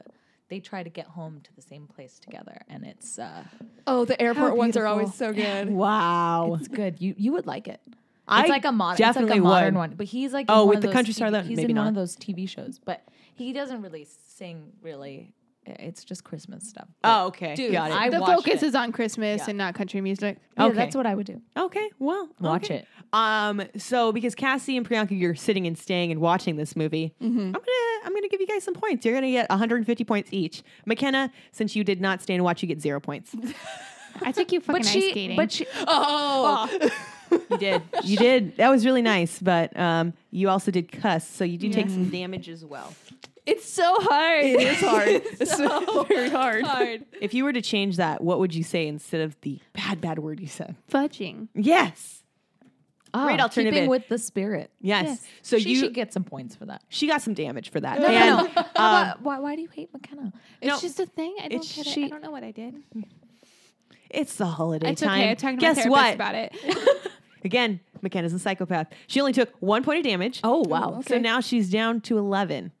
They try to get home to the same place together, and it's uh,
Oh, the airport ones are always so good.
wow.
it's good. You you would like it.
I
it's like a modern, it's
definitely
like a modern
would.
one. But he's like
Oh,
in one
with
of
the
those
country star,
TV
then
He's
maybe
in one of
not.
those TV shows, but he doesn't really sing. Really, it's just Christmas stuff.
Oh, okay.
dude,
Got it.
I
The
watched
focus
it.
is on Christmas
Yeah.
and not country music.
Yeah,
okay.
that's what I would do.
Okay, well,
Watch
okay.
it.
Um, so because Cassie and Priyanka, you're sitting and staying and watching this movie,
Mm-hmm.
I'm gonna I'm gonna give you guys some points. You're gonna get 150 points each. McKenna, since you did not stay and watch, you get zero points.
I took you fucking
But she,
ice skating.
but she,
Oh,
You did, you did. That was really nice, but um, you also did cuss, so you do take some damage as well.
it's so hard.
it is hard. it's very hard.
hard.
If you were to change that, what would you say instead of the bad bad word you said?
Fudging.
Yes,
oh,
Great alternative.
Keeping with the spirit.
yes.
Yes.
So
she
you
should get some points for that.
she got some damage for that.
No, no, no.
and, um,
How about- Uh, why, why do you hate McKenna?
It's
No.
just a thing. I don't
It's-
get it.
she-
I don't know what I did.
It's the holiday
It's
time.
okay. I talked to my
Guess
therapist
what?
about it.
Again, McKenna's a psyopath. She only took one point of damage.
Oh wow.
So now she's down to 11.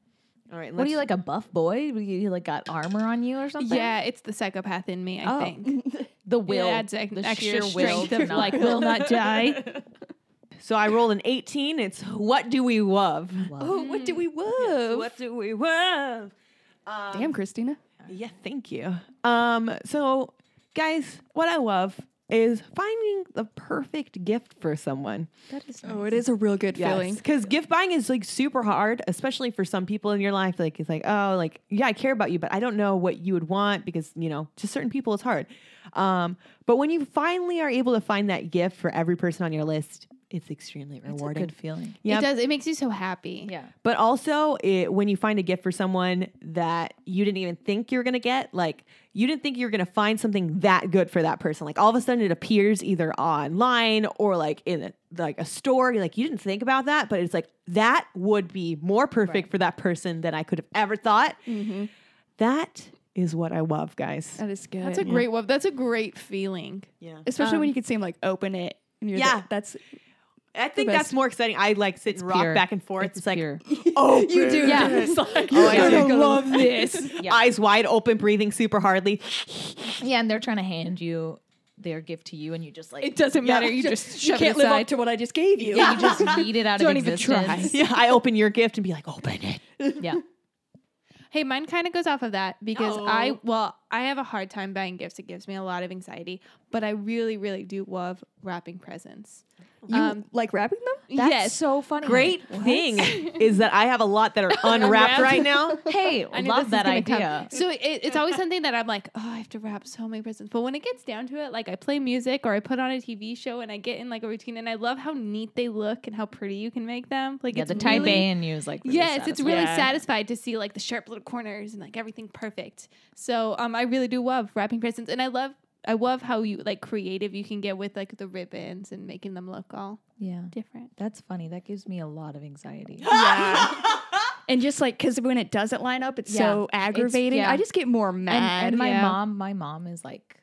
All right.
What are you
let's-
like a buff boy? You, you like got armor on you or something?
yeah, it's the psychopath in me. I
Oh.
think
The will.
It adds like,
the
extra
sheer will
strength
to
of
not-
like will not die.
So I rolled an 18. It's what do we love?
Oh, what do we love?
What do we love? Um,
Damn, Christina.
Yeah, thank you. Um, so guys, what I love is finding the perfect gift for someone.
That is
Oh, it is a real good feeling.
Because gift buying is like super hard, especially for some people in your life. Like it's like, oh, like, yeah, I care about you, but I don't know what you would want because, you know, to certain people it's hard. Um, but when you finally are able to find that gift for every person on your list, it's extremely rewarding.
good feeling.
Yeah.
It does. It makes you so happy.
Yeah.
But also, it, when you find a gift for someone that you didn't even think you were going to get, like you didn't think you were going to find something that good for that person. Like all of a sudden it appears either online or like in a, like a store. You're like you didn't think about that, but it's like that would be more perfect for that person than I could have ever thought.
Mm-hmm.
That is what I love, guys.
That is good.
That's a great one. That's a great feeling.
Yeah.
especially when you can see him like open it. And you're
Yeah.
the- that's
I think
best.
that's more exciting. I like sit and rock
pure.
back and forth. It's, like,
pure.
oh, you
do
Yeah.
do it. Like,
Oh, I
you're
do.
gonna love
this.
Yeah.
eyes wide open, breathing super hardly.
Yeah, and they're trying to hand you their gift to you, and you just like
It doesn't matter. You just
You
shove
can't
it
live
aside.
up to what I just gave you.
yeah, you just eat it out
Don't
of
even try.
existence.
yeah, I open your gift and be like, open it.
Yeah,
Hey, mine kind of goes off of that because
Oh.
I well, I have a hard time buying gifts. It gives me a lot of anxiety, but I really, really do love wrapping presents.
You
Um,
like wrapping them?
that's
yes.
so funny.
Great thing is that I have a lot that are unwrapped right now.
Hey,
I knew
love
this was
that
gonna come.
idea.
So it, it's always something that I'm like, oh, I have to wrap so many presents. But when it gets down to it, like I play music or I put on a TV show and I get in like a routine, and I love how neat they look and how pretty you can make them. Like
Yeah,
it's
the type
really-
A in you is like really
yes, it's really
satisfying. Yeah.
satisfied to see like the sharp little corners and like everything perfect. So um, I really do love wrapping presents, and I love I love how you like creative you can get with like the ribbons and making them look all
yeah.
different.
That's funny. That gives me a lot of anxiety.
Yeah. and just like because when it doesn't line up, it's so aggravating.
yeah.
I just get more mad.
and, and my
yeah.
mom, my mom is like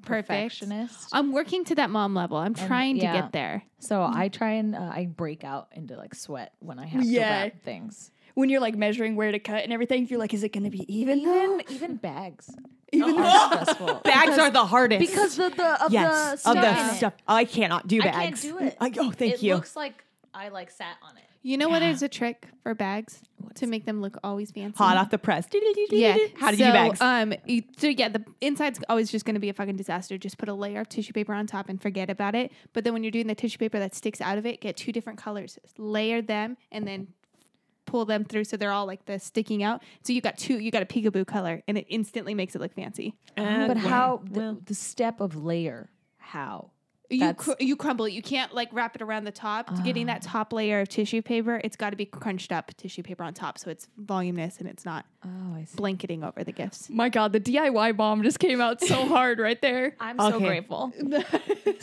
Perfect.
perfectionist.
I'm working to that mom level. I'm trying
yeah.
to get there.
So I try and uh, I break out into like sweat when I have
Yeah.
to wrap things.
when you're like measuring where to cut and everything, you're like, is it going to be even?
Even
Then?
even bags
Even
are stressful.
Bags are the hardest.
because the, the of
yes,
the
of
stuff. in
the
it.
stuff. Oh, I cannot do
I
bags.
can't do it.
I- oh, thank
it
you.
looks like I like sat on it.
You know what is a trick for bags to make them look always fancy?
Hot off the press.
Yeah.
How do
so,
you do bags?
uh,
Um, you, so yeah, the inside's always just going to be a fucking disaster. Just put a layer of tissue paper on top and forget about it. But then when you're doing the tissue paper that sticks out of it, get two different colors, layer them, and then pull them through so they're all like the sticking out. So you got two, you got a peekaboo color, and it instantly makes it look fancy.
But
Okay.
how the,
Well,
the step of layer? How?
You
That's-
cr- you crumble it. You can't like wrap it around the top. To Getting that top layer of tissue paper, it's got to be crunched up tissue paper on top, so it's voluminous and it's not
Oh, I see.
blanketing over the gifts.
My God, the DIY bomb just came out so hard right there.
I'm so
Okay.
grateful.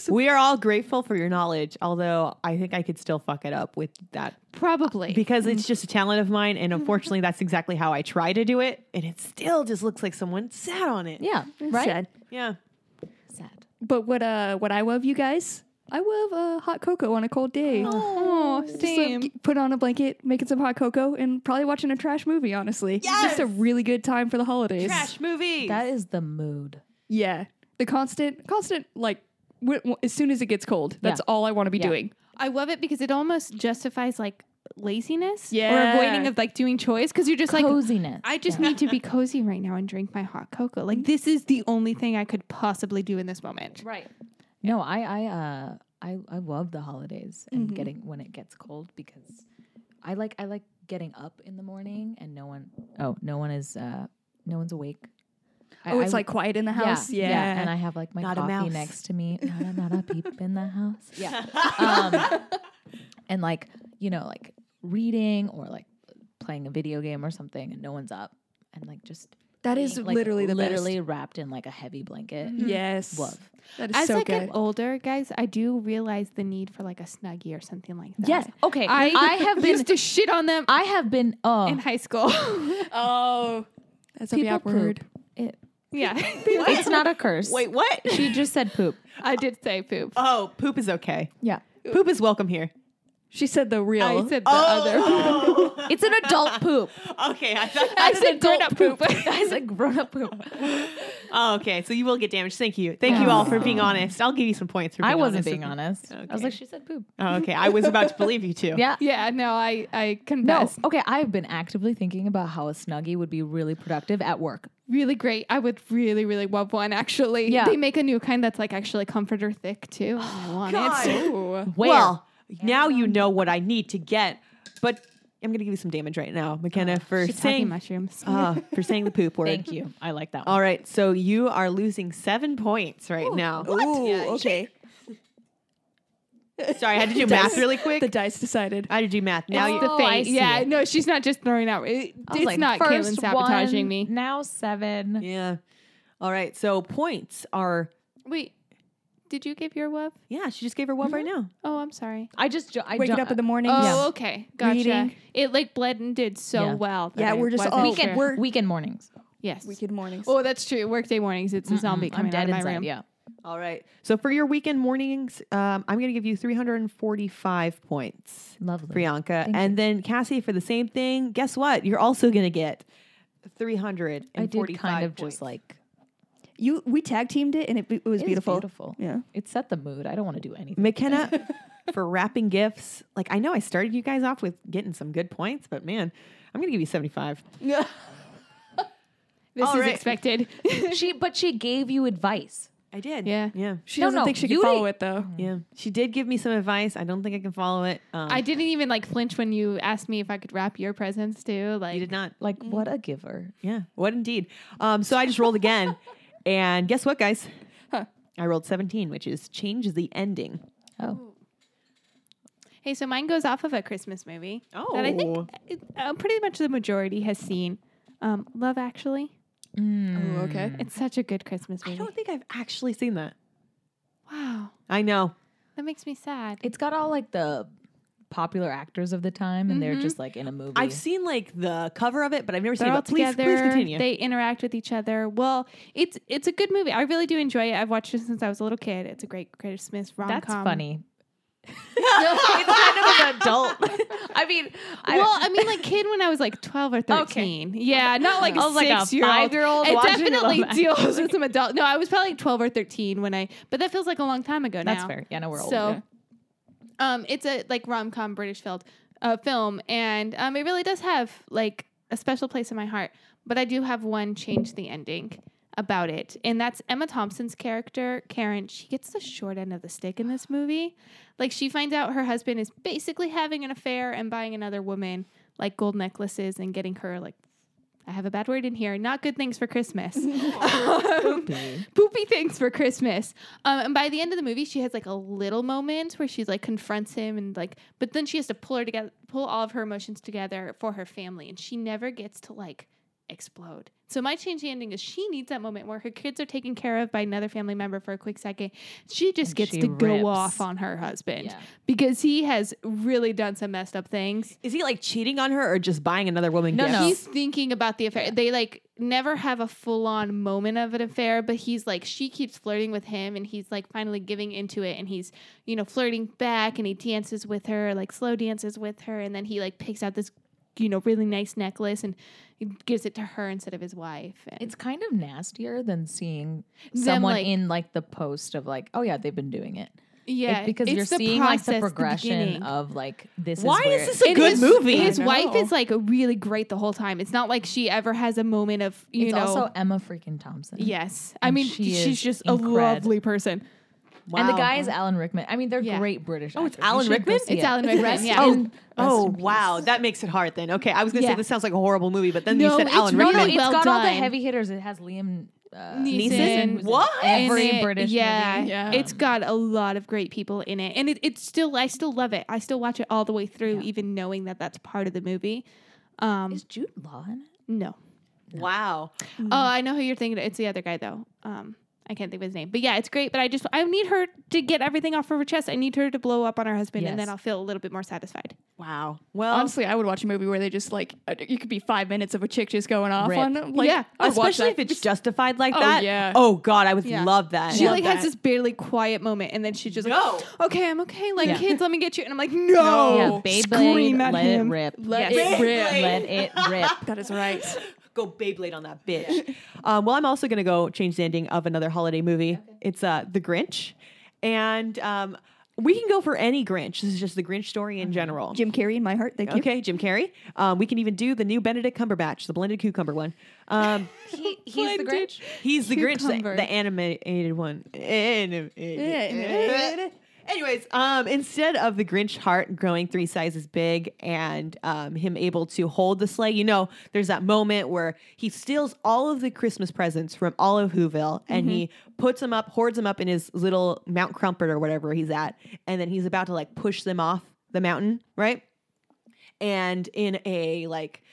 we are all grateful for your knowledge, although I think I could still fuck it up with that
Probably.
because it's just a talent of mine. And unfortunately, that's exactly how I try to do it. And it still just looks like someone sat on it.
Yeah, right.
Sad.
Yeah.
Sad.
But what uh what I love you guys, I love uh, hot cocoa on a cold day.
oh,
Just, like,
same.
g- put on a blanket, making some hot cocoa, and probably watching a trash movie. Honestly, It's just a really good time for the holidays.
Trash movies.
That is the mood.
Yeah, the constant, constant like w- w- as soon as it gets cold, that's
Yeah.
all I want to be
Yeah.
doing.
I love it because it almost justifies like laziness
Yeah.
or avoiding of like doing chores because you're just like
Coziness.
I just need to be cozy right now and drink my hot cocoa. Like this is the only thing I could possibly do in this moment.
Mm-hmm. Right. No, I I uh I I love the holidays and
Mm-hmm.
getting when it gets cold because I like I like getting up in the morning and no one oh no one is uh no one's awake. I-
Oh, it's
I-
like quiet in the house. Yeah,
and I have like my
Not a
coffee
mouse.
next to me. Not a, not a peep in the house. Yeah, um, and like you know, like reading or like playing a video game or something, and no one's up, and like just
that is
being, like,
literally the Mm-hmm.
literally wrapped in like a heavy blanket.
best. Yes,
Love.
that is
As
so
I
good.
get older, guys, I do realize the need for like a snuggie or something like that.
Yes. Oh, Okay.
I,
I have been
used to shit on them
I have been oh
in high school.
oh, that's a
People
bad word.
poop. It,
yeah,
it's not a curse.
Wait, what?
She just said poop.
I did say poop.
Oh, poop is okay.
Yeah.
Poop is welcome here.
She said the real.
I said the
Oh.
It's an adult poop.
okay, I thought.
I said grown up poop. I said grown up poop.
Oh, okay, so you will get damaged. Thank you. Thank you all for being honest. I'll give you some points for being
I wasn't
honest.
being honest. I was
Okay.
like, she said poop.
Oh, okay, I was about to believe you too.
Yeah.
other. Yeah, no, I I
No.
confess.
Okay. I've been actively thinking about how a snuggie would be really productive at work.
Really great. I would really really love one actually.
Yeah.
They make a new kind that's like actually comforter thick too. and I want
God.
it.
Where?
Well, now you know what I need to get, but I'm gonna give you some damage right now, McKenna, for
Shiitake
saying
mushrooms.
uh, for saying the poop word.
Thank you. I like that one.
All right, so you are losing seven points right now.
Ooh, okay.
Sorry, I had to do
Dice-
math really quick.
The dice decided.
I had to do math. Now
It's
you,
the
Oh,
face.
I- yeah, no, she's not just throwing out. It,
I was
it's
like,
not Caitlin
first
sabotaging
one,
me.
Now seven.
yeah. All right, so points are
Wait, did you give your love?
yeah. She just gave her one right now.
Oh, I'm sorry.
I just ju- I
Wake it
ju-
up in the morning.
Oh, okay, gotcha.
Reading.
It like bled and did so
Yeah.
well. that
Yeah,
I
we're just
wasn't
all-
sure.
uh, weekend weekend mornings.
Yes.
Weekend mornings.
Oh, that's true. Workday mornings. It's a zombie
I'm
coming
dead
out of my
inside.
room.
Yeah.
All right. So for your weekend mornings, um, I'm going to give you 345 points,
Lovely.
Priyanka. and then Cassie, for the same thing, guess what? You're also going to get 345
I did kind of
points.
just like
You we tag teamed it and it, be- it was
it is
beautiful.
beautiful.
Yeah.
It set the mood. I don't want to do anything.
McKenna, for wrapping gifts, like I know I started you guys off with getting some good points, but man, I'm going to give you 75.
This
All
is
right.
expected.
she but she gave you advice.
I did.
Yeah.
Yeah.
She
No,
doesn't
no,
think she can
you
follow
ain't-
it though.
Yeah. She did give me some advice. I don't think I can follow it. Um,
I didn't even like flinch when you asked me if I could wrap your presents too. Like
you did not.
Like what a giver.
Yeah. What indeed? Um, so I just rolled again. and guess what, guys? I rolled 17, which is change the ending.
Oh.
Hey, so mine goes off of a Christmas movie that I
Oh.
think uh, pretty much the majority has seen. Um, Love Actually.
Oh, okay.
It's such a good Christmas
I
movie.
don't think I've actually seen that.
Wow,
I know.
that makes me sad.
It's got all like the popular actors of the time and they're just like in a movie.
I've seen like the cover of it, but I've never
They're
seen
all
it. Please,
together.
please continue.
They interact with each other. Well, it's it's a good movie. I really do enjoy it. I've watched it since I was a little kid. It's a great Christmas rom com.
That's funny. it's kind of an adult. I mean, I,
well, I mean, like kid when I was like twelve or thirteen. Yeah, not like
I
a
was like a
six-year-old.
five-year-old
It
watching
definitely
Love
deals with some adult. No, I was probably like twelve or thirteen when I. But that feels like a long time ago now.
that's fair. Yeah, no, we're
so,
older.
um, it's a like rom com British filled uh, film, and um, it really does have like a special place in my heart. But I do have one change the ending about it, and that's Emma Thompson's character Karen. She gets the short end of the stick in this movie. Like she finds out her husband is basically having an affair and buying another woman like gold necklaces and getting her like. I have a bad word in here. Not good things for Christmas. Um, poopy things for Christmas. Um, and by the end of the movie, she has like a little moment where she's like confronts him and like, but then she has to pull her together, pull all of her emotions together for her family, and she never gets to like explode. So my change the ending is she needs that moment where her kids are taken care of by another family member for a quick second. She just
And
gets
she
to
rips.
go off on her husband
Yeah.
because he has really done some messed up things.
Is he like cheating on her or just buying another woman?
No,
gifts?
no.
He's thinking about the affair. They like never have a full on moment of an affair, but he's like she keeps flirting with him and he's like finally giving into it and he's, you know, flirting back and he dances with her, like slow dances with her and then he like picks out this, you know, really nice necklace and he gives it to her instead of his wife. And
It's kind of nastier than seeing
Them,
someone
like-
in like the post of like, oh yeah, they've been doing it.
yeah,
It- because
it's
you're
the
seeing like the
process,
progression
beginning.
of like this.
Why
is, where
is
it-
this a
And
good
his-
movie?
His
I
wife
know.
is like really great the whole time. It's not like she ever has a moment of you
It's
know.
also Emma freaking Thompson.
yes, I
And
mean
she is
she's just a
incred.
lovely person.
and the
Wow.
guy is Alan Rickman. I mean, they're
Yeah.
great British. Oh, it's
Alan Rickman?
It's Alan Rickman, yeah.
Oh,
And-
oh wow, that makes it hard then. Okay, I was gonna
Yeah.
say this sounds like a horrible movie, but then you
No,
said
it's
Alan
really
Rickman.
it's
well
got all the
done.
heavy hitters. It has Liam uh,
Neeson.
Neeson, who's in
What?
Every
in it.
British
yeah.
movie.
Yeah.
It's got a lot of great people in it, and it, it's still I still love it. I still watch it all the way through, even knowing that that's part of the movie. Um,
Is Jude Law in it?
no,
Wow,
Mm.
oh, I know who you're thinking. of. It's the other guy though. Um, I can't think of his name, but yeah, it's great. But I just I need her to get everything off of her chest. I need her to blow up on her husband, and then
Yes.
I'll feel a little bit more satisfied.
Wow. Well,
Honestly, I would watch a movie where they just like uh, you could be five minutes of a chick just going off
Rip.
on them. Like,
Yeah.
I'd watch
especially if
that.
it's justified like
Oh,
that.
yeah.
Oh God, I would
Yeah.
love that.
She
Love
like has
that.
this barely quiet moment, and then she just
No.
like, okay, I'm okay. Like,
Yeah.
kids, let me get you. And I'm like, no,
yeah, Beyblade,
Oh, scream at
let
him.
it rip.
Let
Yes.
it rip.
Beyblade.
Let it rip.
That is right.
go Beyblade on that bitch. um, well, I'm also gonna go change the ending of another holiday movie. It's uh, The Grinch, and um, we can go for any Grinch. This is just the Grinch story in general.
Jim Carrey in my heart. Thank you.
Okay, Jim Carrey. Um, we can even do the new Benedict Cumberbatch, the blended cucumber one. Um,
He, he's the
Blended.
Grinch.
he's the Grinch, the,
Cucumber.
the animated one.
Animated.
Anyways, um, instead of the Grinch heart growing three sizes big and um, him able to hold the sleigh, you know, there's that moment where he steals all of the Christmas presents from all of Whoville and he puts them up, hoards them up in his little Mount Crumpet or whatever he's at, and then he's about to like push them off the mountain, right? and in a like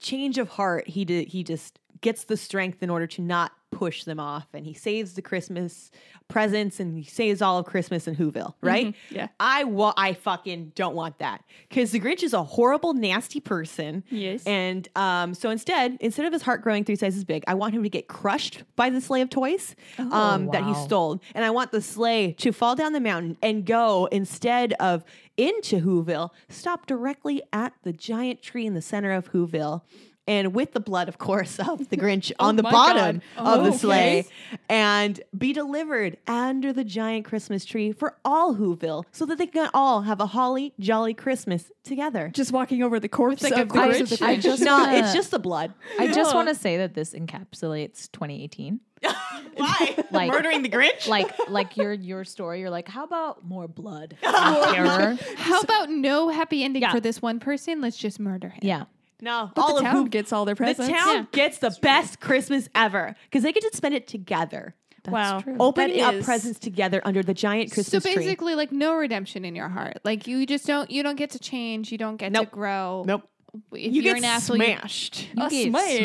change of heart he did he just gets the strength in order to not push them off and he saves the christmas presents and he saves all of christmas in whoville right
Mm-hmm. yeah.
i wa- i fucking don't want that because the grinch is a horrible nasty person
Yes.
and um so instead instead of his heart growing three sizes big i want him to get crushed by the sleigh of toys
Oh,
um that he
wow.
stole and i want the sleigh to fall down the mountain and go instead of into whoville stop directly at the giant tree in the center of whoville and with the blood of course of the grinch on the
Oh my
bottom
God. Oh,
of the
Okay.
sleigh and be delivered under the giant christmas tree for all whoville so that they can all have a holly jolly christmas together
Just walking over the corpse
like, a
of the
bridge.
Grinch.
I just
no
wanna-
it's just the blood
I just want to say that this encapsulates 2018.
why
Like-
murdering the grinch
Like, like your your story. You're like, how about more blood, and terror?
How about no happy ending
Yeah.
for this one person? Let's just murder him.
Yeah,
no
But
all
the
of
town
Whoville.
gets all their presents.
The town gets the best Christmas ever because they get to spend it together,
wow.
true.
That
opening up
is-
presents together under the giant Christmas
so
tree.
basically, like no redemption in your heart. Like you just don't. You don't get to change. You don't get
Nope.
to grow.
Nope.
If
You
you are
get
an asshole, you-
smashed.
you
A
get
smash.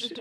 smashed.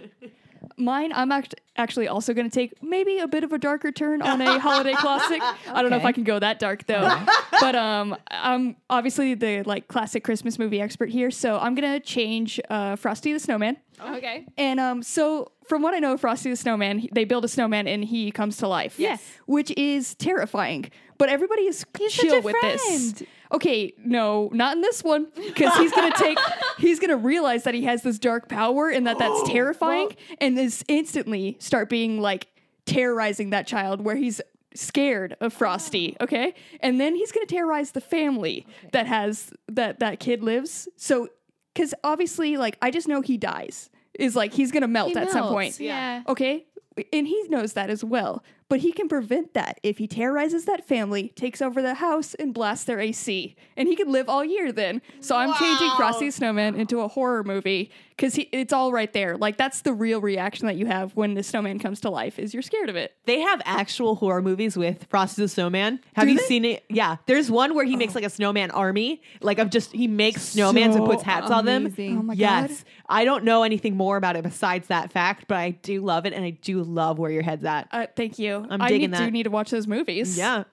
Mine, I'm act- actually also going to take maybe a bit of a darker turn on a holiday classic. I don't
Okay.
know if
Uh-huh.
I can go that dark though. but um, I'm obviously the like classic Christmas movie expert here, so I'm going to change uh, Frosty the Snowman.
Okay.
And um, so from what I know, of Frosty the Snowman, he- they build a snowman and he comes to life.
Yes.
which is terrifying. But everybody is chill
such a
with this.
friend.
Okay, no, not in this one because he's gonna take. He's gonna realize that he has this dark power and that that's terrifying, and is instantly start being like terrorizing that child where he's scared of Frosty. Okay, and then he's gonna terrorize the family that has that that kid lives. So, because obviously, like I just know he dies. Is like he's gonna melt
He
at some
melts,
point.
Yeah.
Okay? And he knows that as well. But he can prevent that if he terrorizes that family, takes over the house, and blasts their AC. And he could live all year then. So I'm changing Frosty the Snowman into a horror movie because it's all right there. Like, that's the real reaction that you have when the snowman comes to life is you're scared of it.
They have actual horror movies with Frosty the Snowman. Have you seen it? Yeah, there's one where he makes
Oh.
like a snowman army, like of just he makes snowmans and puts hats on them.
amazing. Oh
my
yes,
God.
I don't know anything more about it besides that fact, but I do love it and I do love where your head's at.
Uh, thank you.
I'm
I
digging
need, do
that.
need to watch those movies.
yeah,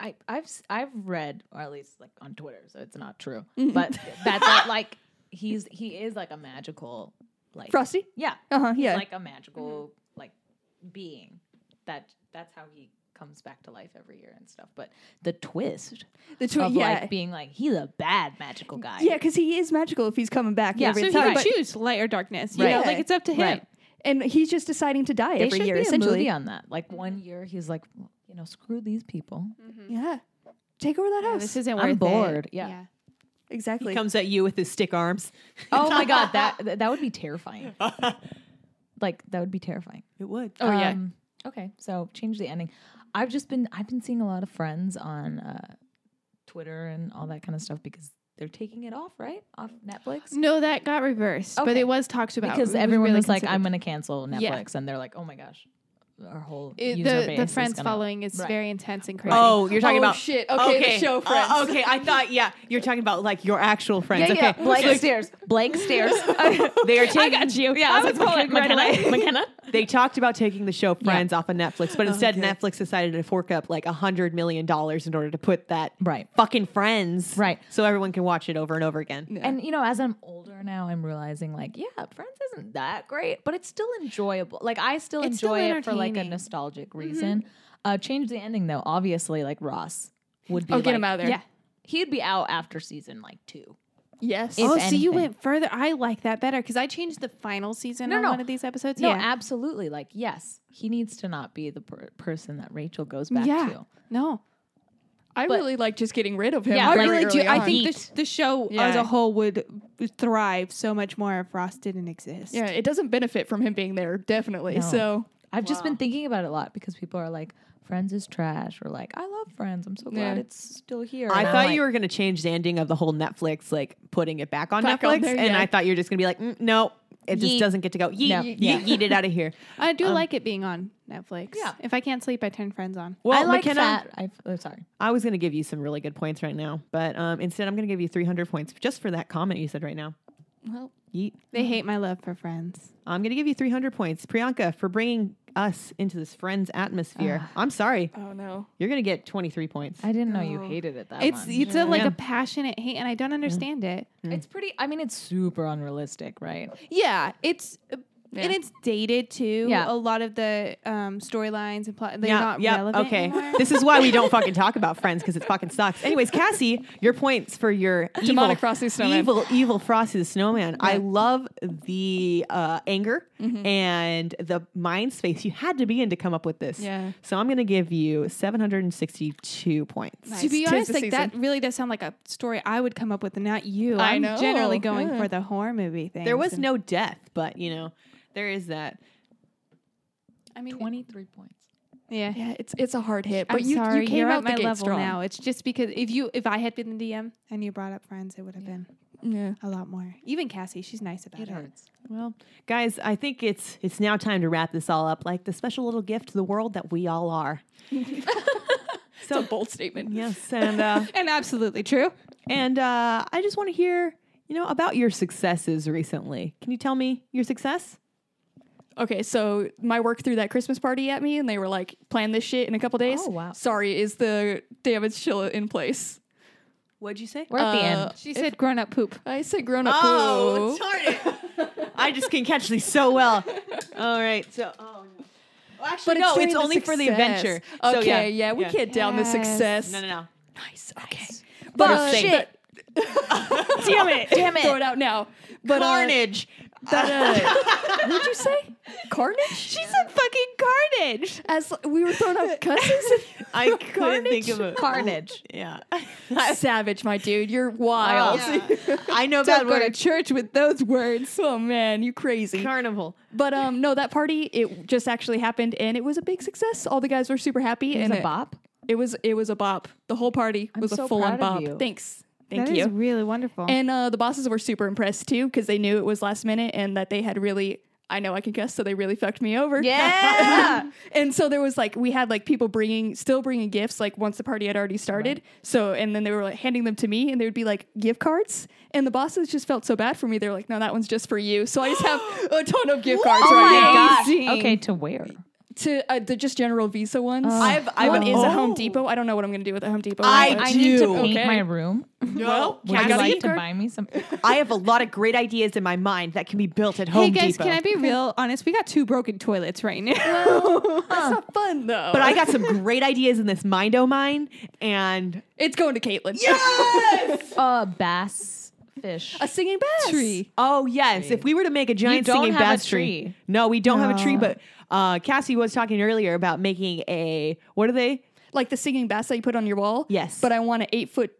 I, I've s- I've read, or at least like on Twitter, so it's not true.
Mm-hmm.
But that, that like he's he is like a magical like
Frosty? Mm-hmm.
Yeah,
Uh huh.
he's
Yeah.
like a magical like being. That that's how he comes back to life every year and stuff. But the twist
the twi-
of
yeah.
like being like he's a bad magical guy.
yeah, because he is magical if he's coming back.
Yeah.
every
So he
time.
can
But-
choose light or darkness. You
Right.
know, like it's up to him.
Right.
and he's just deciding to die
They
every
should
year,
be
essentially. Mm-hmm.
a movie on that. Like one year he's like, "Well, you know, screw these people.
Yeah. Take over that
Yeah,
house.
this isn't
I'm
worth
bored.
it.
Yeah.
exactly.
he comes at you with his stick arms.
Oh my god, that th- that would be terrifying. like that would be terrifying.
It would.
Oh yeah.
Um, okay, so change the ending. I've just been I've been seeing a lot of friends on uh, Twitter and all that kind of stuff because they're taking it off, right? Off Netflix.
No, that got reversed, but
Okay.
it was talked about
because
Mm, It was
everyone
really
was like,
considered.
"I'm going to cancel
Yeah.
Netflix," and they're like, "Oh my gosh, our whole
It-
user
the
base
the
is
friends
gonna-
following is
Right.
very intense and crazy.
Oh, you're talking
Oh,
about
shit. Okay, the show
Uh,
friends.
okay, I thought yeah, you're talking about like your actual friends.
Yeah,
okay,
yeah.
Blank stairs. Blank stairs.
they are taking.
I got you. Yeah, I was, calling McKenna. McKenna. McKenna?
They talked about taking the show Friends off of Netflix, but instead Netflix decided to fork up like a hundred million dollars in order to put that
Right.
fucking Friends
Right.
so everyone can watch it over and over again.
And you know, as I'm older now, I'm realizing like, yeah, Friends isn't that great, but it's still enjoyable. Like I still
It's still
enjoy it for like a
entertaining.
nostalgic reason. Uh change the ending though. Obviously, like Ross would be
Oh, get
like-
him out of there.
Yeah. He'd be out after season like two.
Yes.
Oh,
if
so you
anything.
went further. I like that better because I changed the final season
No,
on
no.
one of these episodes.
No,
yeah.
absolutely. Like, yes, he needs to not be the per- person that Rachel goes back
Yeah.
to.
no.
I
but-
really like just getting rid of him.
Yeah,
I
very
really do.
early
I
on.
think the, the show as
Yeah.
a whole would thrive so much more if Ross didn't exist.
Yeah, it doesn't benefit from him being there, definitely.
No.
So
I've just been thinking about it a lot because people are like, Friends is trash, or like, I love Friends. I'm so glad
Yeah.
it's still here.
I
And I'm
thought
like,
you were going to change the ending of the whole Netflix, like putting it back on
Back
Netflix,
on there,
and
yeah.
I thought you were just going to be like, mm, no, it just
Yeet.
doesn't get to go. Yeet,
No.
yeet,
Yeah.
yeet it out of here.
I do like it being on Netflix.
Yeah.
If I can't sleep, I turn Friends on.
Well,
I like
McKenna,
fat. I, oh, sorry.
I was going to give you some really good points right now, but um, instead I'm going to give you 300 points just for that comment you said right now.
Well.
yeet.
They hate my love for Friends.
I'm going to give you 300 points, Priyanka, for bringing us into this friends atmosphere. I'm sorry,
Oh no.
you're going to get 23 points.
I didn't know you
No.
hated it that
It's
much.
it's a, like
Yeah.
a passionate hate, and I don't understand it.
It's pretty. I mean, it's super unrealistic, right?
Yeah, it's and
Yeah.
it's dated too.
Yeah.
a lot of the um, storylines and plot they're not
yeah,
relevant.
okay.
anymore.
This is why we don't fucking talk about friends because it fucking sucks. Anyways, Cassie, your points for your evil,
Demonic Frosty the Snowman.
evil, evil Frosty the Snowman. I love the uh, anger
Mm-hmm.
and the mind space you had to be in to come up with this.
Yeah.
So I'm gonna give you 762 points.
To be
Tis
honest,
the
like that
season.
really does sound like a story I would come up with, and not you.
I
I'm
know.
generally going
Yeah.
for the horror movie thing.
There was no death, but you know, there is that.
I mean,
Twenty-three points.
yeah.
Yeah, it's it's a hard hit. But
I'm
you,
sorry,
you came
are
out
at
the
my
gate
level
strong.
now. It's just because if you if I had been the DM and you brought up friends, it would have been
Yeah.
a lot more. Even Cassie, she's nice about it.
Well, guys, I think it's it's now time to wrap this all up, like the special little gift to the world that we all are.
It's a bold statement.
Yes, and uh,
And absolutely true.
And uh, I just want to hear, you know, about your successes recently. Can you tell me your success?
Okay, so my work threw that Christmas party at me, and they were like, "Plan this shit in a couple days."
Oh, wow.
Sorry, is the damage still in place?
What'd you say?
We're at the
Uh,
end.
She said grown up poop.
I said grown up.
Oh,
poo.
darn it. I just can catch these so well. All right, so. Oh, no. Well, actually, no, it's
during
only for the
success.
adventure.
Okay,
So,
yeah. we
yeah.
can't down
Yes.
the success.
No, no, no.
Nice. Okay.
But- Shit.
Damn it! Damn
Throw it out now. But uh,
Carnage.
that, uh, what did you say? Carnage? She said fucking carnage. As we were throwing out cusses.
I couldn't think of a
Carnage.
Yeah. Oh.
Savage, my dude. You're wild.
I know that
Go to
word.
church with those words.
Oh man, you crazy.
Carnival.
But um no, that party it just actually happened and it was a big success. All the guys were super happy
It
and
was a bop.
It was it was a bop. The whole party was
so
a full on
proud
bop.
of you.
Thanks. Thank
That
you.
is really wonderful.
And uh, the bosses were super impressed too because they knew it was last minute and that they had really, I know I can guess, so they really fucked me over.
Yeah.
and so there was like, we had like people bringing, still bringing gifts like once the party had already started. So, and then they were like handing them to me and they would be like gift cards. And the bosses just felt so bad for me. They were like, no, that one's just for you. So I just have a ton of gift cards right now
Oh gosh. Okay, to where?
to uh, the just general Visa ones.
I've-
I've-
one is a
oh.
Home Depot. I don't know what I'm going to do with a Home Depot.
I
one, but-
I need to
do.
paint
Okay.
my room. Would
No.
you
I got a
like
gift
to
card?
buy me some?
I have a lot of great ideas in my mind that can be built at Home
Hey guys,
Depot.
can I be real honest? We got two broken toilets right now.
That's not fun though.
But I got some great ideas in this mind o mine, and
it's going to Caitlin.
Uh, bass fish.
a singing bass
Tree.
oh yes, if we were to make a giant
don't
singing
have
bass
a
tree.
tree.
no, we don't have a
Oh.
tree. But uh, Cassie was talking earlier about making a what are they?
like the singing bass that you put on your wall.
Yes.
But I want an eight foot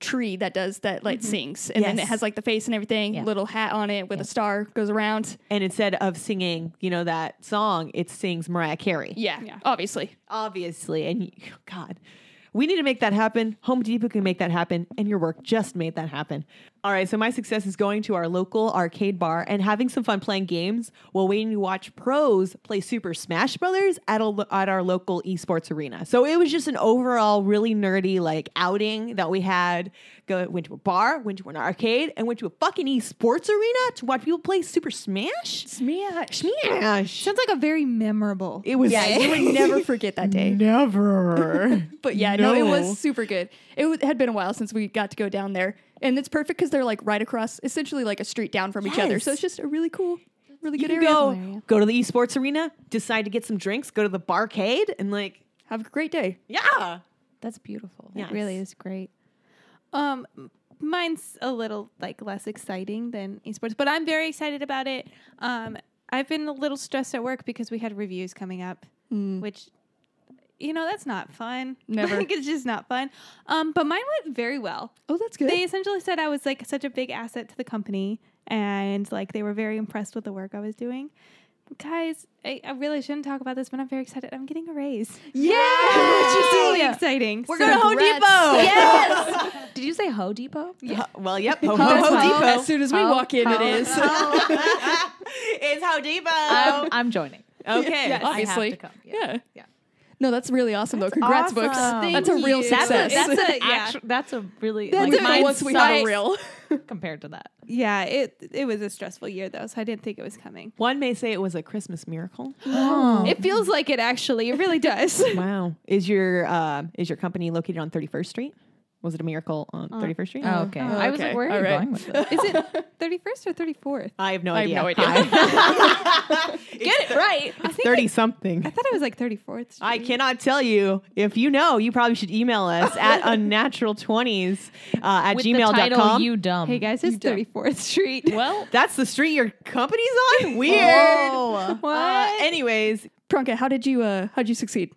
tree that does that, like sings, and then it
Yes.
has like the face and everything,
Yeah.
little hat on it with a star goes around.
And instead of singing, you know that song, it sings Mariah Carey,
Yeah, obviously.
obviously. And you- God, We need to make that happen. Home Depot can make that happen, and your work just made that happen. All right, so my success is going to our local arcade bar and having some fun playing games while waiting to watch pros play Super Smash Brothers at a, lo- at our local esports arena. So it was just an overall really nerdy like outing that we had. Go went to a bar, went to an arcade, and went to a fucking esports arena to watch people play Super Smash.
Smash.
Smash.
Sounds like a very memorable.
It was
Yeah, you would never forget that day.
never.
But yeah, no. it
No.
was super good. It w- had been a while since we got to go down there, and it's perfect because they're like right across, essentially like a street down from each other.
Yes.
So it's just a really cool, really
you
good
can
area.
go go to the esports arena, decide to get some drinks, go to the barcade, and like
Have a great day.
yeah.
That's beautiful.
Yes.
It really is great.
Um, m- mine's a little like less exciting than esports, but I'm very excited about it. Um, I've been a little stressed at work because we had reviews coming up, which you know that's not fun.
Never.
like, it's just not fun. Um, but mine went very well.
Oh, that's good.
They essentially said I was like such a big asset to the company, and like they were very impressed with the work I was doing. Guys, I, I really shouldn't talk about this, but I'm very excited. I'm getting a raise,
yeah.
which is really exciting.
We're
So-
going to Home Depot.
Yes. Did you say Ho Depot?
Ho- Well, yep. Ho,
Ho-
Ho- Ho
Ho-
Depot.
As soon as we
How-
walk in, it
how-
is.
it's Ho Depot.
I'm, I'm joining.
okay.
I have
Obviously.
to come.
Yeah.
Yeah.
No, that's really awesome though. Congrats, books.
awesome.
that's a
Thank
real
you.
success.
That's
That's a,
That's
that's
a- yeah.
actu- that's a really
That's
like,
it.
mine
once we got
sucks
real.
compared to that.
Oh,
Yeah, it it was a stressful year though, so I didn't think it was coming.
One may say it was a Christmas miracle.
It feels like it actually. It really does.
wow. Is your um is your company located on 31st Street? Was it a miracle on 31st Street?
Oh, okay. I was
okay.
like, where are
All
you
right.
going with this?
Is it 31st or 34th?
I have no
I have
idea.
no
Hi.
Get it right.
I think
30 something.
I thought it was like 34th. Street.
I cannot tell you. If you know, you probably should email us at unnatural20s uh, at
With
gmail.com.
the title, you dumb.
Hey guys, it's 34th Street.
Well,
That's the street your company's on? Weird.
What?
Uh, anyways,
Pranka, how did you uh how'd you succeed?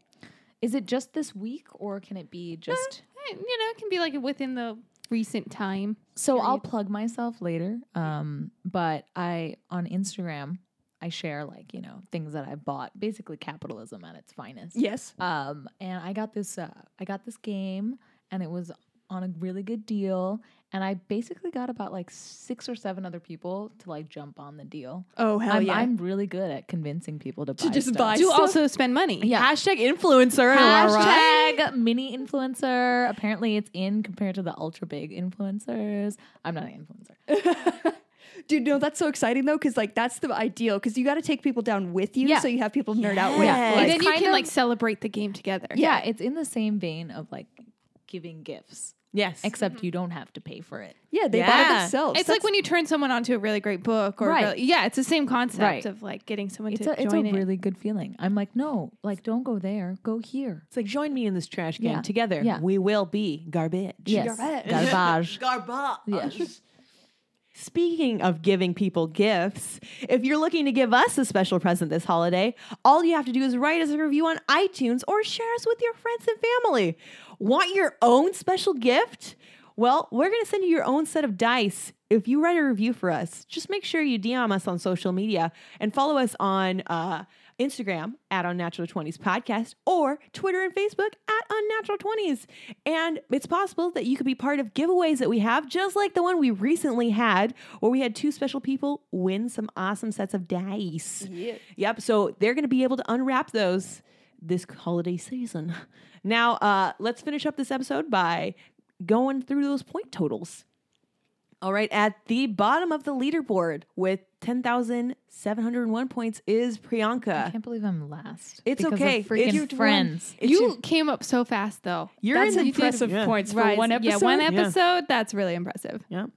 is it just this week or can it Uh, be just?
you know, it can be like within the recent time.
So I'll plug myself later. Um, but I on Instagram I share like you know things that I bought, basically capitalism at its finest.
Yes.
Um, and I got this uh, I got this game, and it was on a really good deal. And I basically got about like six or seven other people to like jump on the deal.
Oh hell
I'm,
yeah.
I'm really good at convincing people to,
To
buy
just
stuff.
buy
Do
stuff.
also spend money.
Yeah.
hashtag influencer. am I right?
Hashtag mini influencer. Apparently, it's in compared to the ultra big influencers. I'm not an influencer.
Dude, no, that's so exciting though, because like that's the ideal. Because you got to take people down with you,
Yeah.
so you have people nerd out with.
Yeah.
Like,
And then you
kind
can
of-
like celebrate the game together.
Yeah, it's in the same vein of like giving gifts,
Yes.
except you don't have to pay for it.
yeah, they bought it
Yeah.
themselves.
It's like when you turn someone onto a really great book or a
Right.
really- yeah, it's the same concept
Right.
of like getting someone
It's
to
a,
join
it's a
it.
really good feeling. I'm like, no, like don't go there, go here.
It's like join me in this trash can
Yeah.
together.
Yeah.
We will be garbage.
Yes,
Garbage.
garbage.
Garbage.
Yes.
Speaking of giving people gifts, if you're looking to give us a special present this holiday, all you have to do is write us a review on iTunes or share us with your friends and family. Want your own special gift? Well, we're going to send you your own set of dice if you write a review for us. Just make sure you DM us on social media and follow us on uh, Instagram at Unnatural 20s Podcast or Twitter and Facebook at Unnatural 20s. And it's possible that you could be part of giveaways that we have, just like the one we recently had, where we had two special people win some awesome sets of dice.
Mm-hmm.
Yep. So they're going to be able to unwrap those this holiday season. Now, uh, let's finish up this episode by going through those point totals. All right, at the bottom of the leaderboard with 10,701 points is
I
Priyanka.
can't believe I'm last.
It's
because of
okay. It's
freaking
your one-
friends.
It's
you
your-
came up so fast though.
You're
that's
in the-
impressive
Yeah.
points for
Right.
one episode.
Yeah, one
Yeah.
episode. That's really impressive.
Yeah.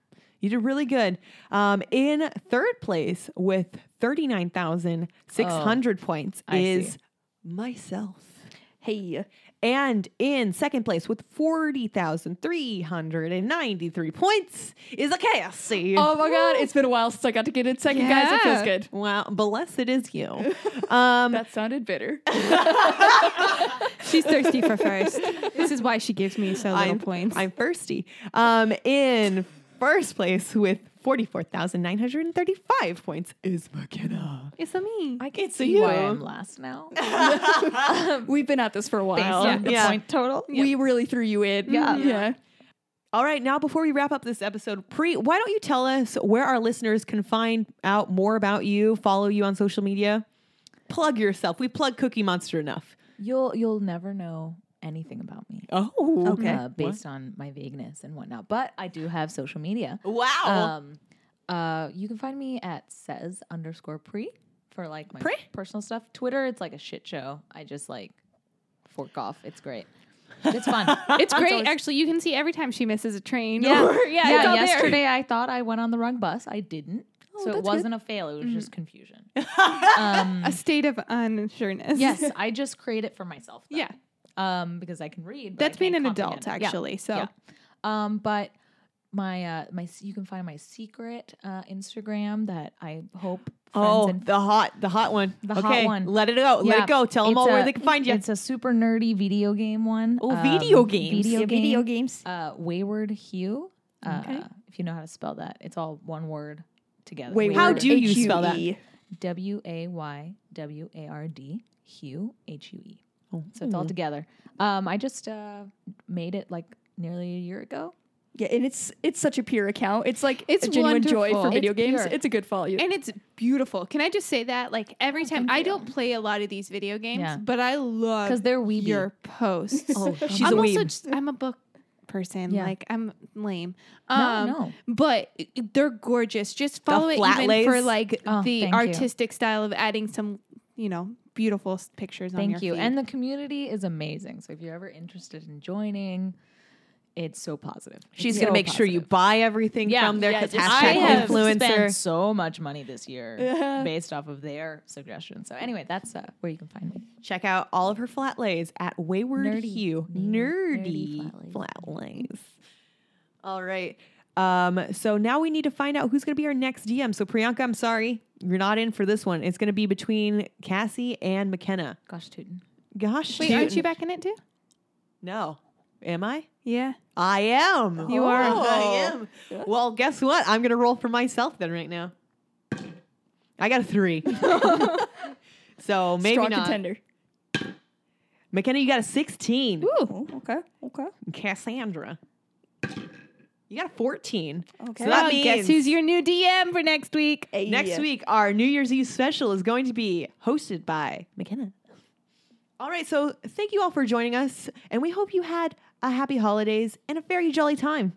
You did really good. Um, in third place with 39,600 points
I
is
see.
myself.
Hey,
And in second place with 40,393 points is a KFC.
oh my god, it's been a while since I got to get in second, guys. It feels
Yeah.
good.
Wow, blessed is you. Um,
That sounded bitter.
She's thirsty for first. This is why she gives me so little
I'm,
points.
I'm thirsty. Um, in first place with 44,935 points is McKenna.
It's a me.
I can
It's
see
you.
why I'm last now.
We've been at this for a while.
yeah, the
Yeah.
point total.
We really threw you in.
Yeah.
Yeah.
All right, now before we wrap up this episode, Pre, why don't you tell us where our listeners can find out more about you, follow you on social media? Plug yourself. We plug Cookie Monster enough.
You'll you'll never know anything about me.
Oh, okay.
Uh, based on my vagueness and whatnot. But I do have social media.
Oh.
Wow.
Um, uh, you can find me at says underscore pre for like my
Pre?
personal stuff. Twitter, it's like a shit show. I just like fork off. It's great. It's fun.
It's great. Actually, you can see every time she misses a train.
yeah.
Or, yeah, it's all there. Oh,
yesterday I thought I went on the wrong bus. I didn't. so it wasn't a fail. It was
Mm.
just confusion. um,
A state of unsureness.
yes, I just create it for myself. though.
Yeah.
Um, because I can read. but I
That's being
can't
an adult,
comprehend it. Yeah.
actually. So
Yeah. Um, but my uh my you can find my secret uh Instagram that I hope friends
Oh,
and
the hot, the hot one.
The hot
okay,
one.
Let it go. Let
Yeah.
it go. Tell them
It's
all where
a-
they can find you.
It's a super nerdy video game one.
Oh,
Um,
video games.
Video,
Yeah,
game,
video
games. Uh, Wayward Hue. Uh, If you know how to spell that, it's all one word together.
Wayward.
How do you spell that?
H-U-E.
W a y w a r d Hue H U E. So it's all together. Um, I just uh, made it like nearly a year ago.
Yeah, and it's it's such a pure account. It's like
It's
a genuine joy for
wonderful.
video
It's
games.
pure.
It's a good follow. You.
And it's beautiful. Can I just say that? Like every time I don't play a lot of these video games,
Oh, Yeah.
but I love
'Cause they're weeby.
your posts.
Oh,
She's
I'm
a
also
weeb.
just, I'm a book person.
Yeah.
Like I'm lame.
No,
Um
no.
but they're gorgeous. Just follow it
flat
even
lays?
for like
Oh,
the
thank you.
artistic style of adding some, you know, beautiful s- pictures on your
Thank you.
feed.
And the community is amazing. So if you're ever interested in joining, it's so positive.
She's
It's
gonna
so
make sure you
positive.
buy everything
Yeah,
from there because
I
just-
hashtag
have
influencer.
spent so much money this year based off of their suggestions. So anyway, that's uh, where you can find me.
Check out all of her flat lays at Wayward
Nerdy.
Hue.
Nerdy
Nerdy,
flat lays.
flat lays. All right. Um, so now we need to find out who's going to be our next DM. So Priyanka, I'm sorry, you're not in for this one. It's going to be between Cassie and McKenna.
Gosh, Tootin.
Gosh,
Wait, aren't
shootin'.
you back in it too?
No, am I?
Yeah.
I am. Oh,
You are.
I am. Well, guess what? I'm gonna roll for myself then right now. I got a three. so maybe
Strong
not.
contender.
McKenna, you got a 16.
Ooh, Oh, okay, okay.
Cassandra. You got a 14.
Okay.
So that
Well,
means
Oh, guess who's your new DM for next week?
next
Yeah.
week, our New Year's Eve special is going to be hosted by McKenna. All right, so thank you all for joining us, and we hope you had a happy holidays and a very jolly time.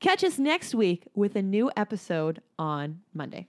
Catch us next week with a new episode on Monday.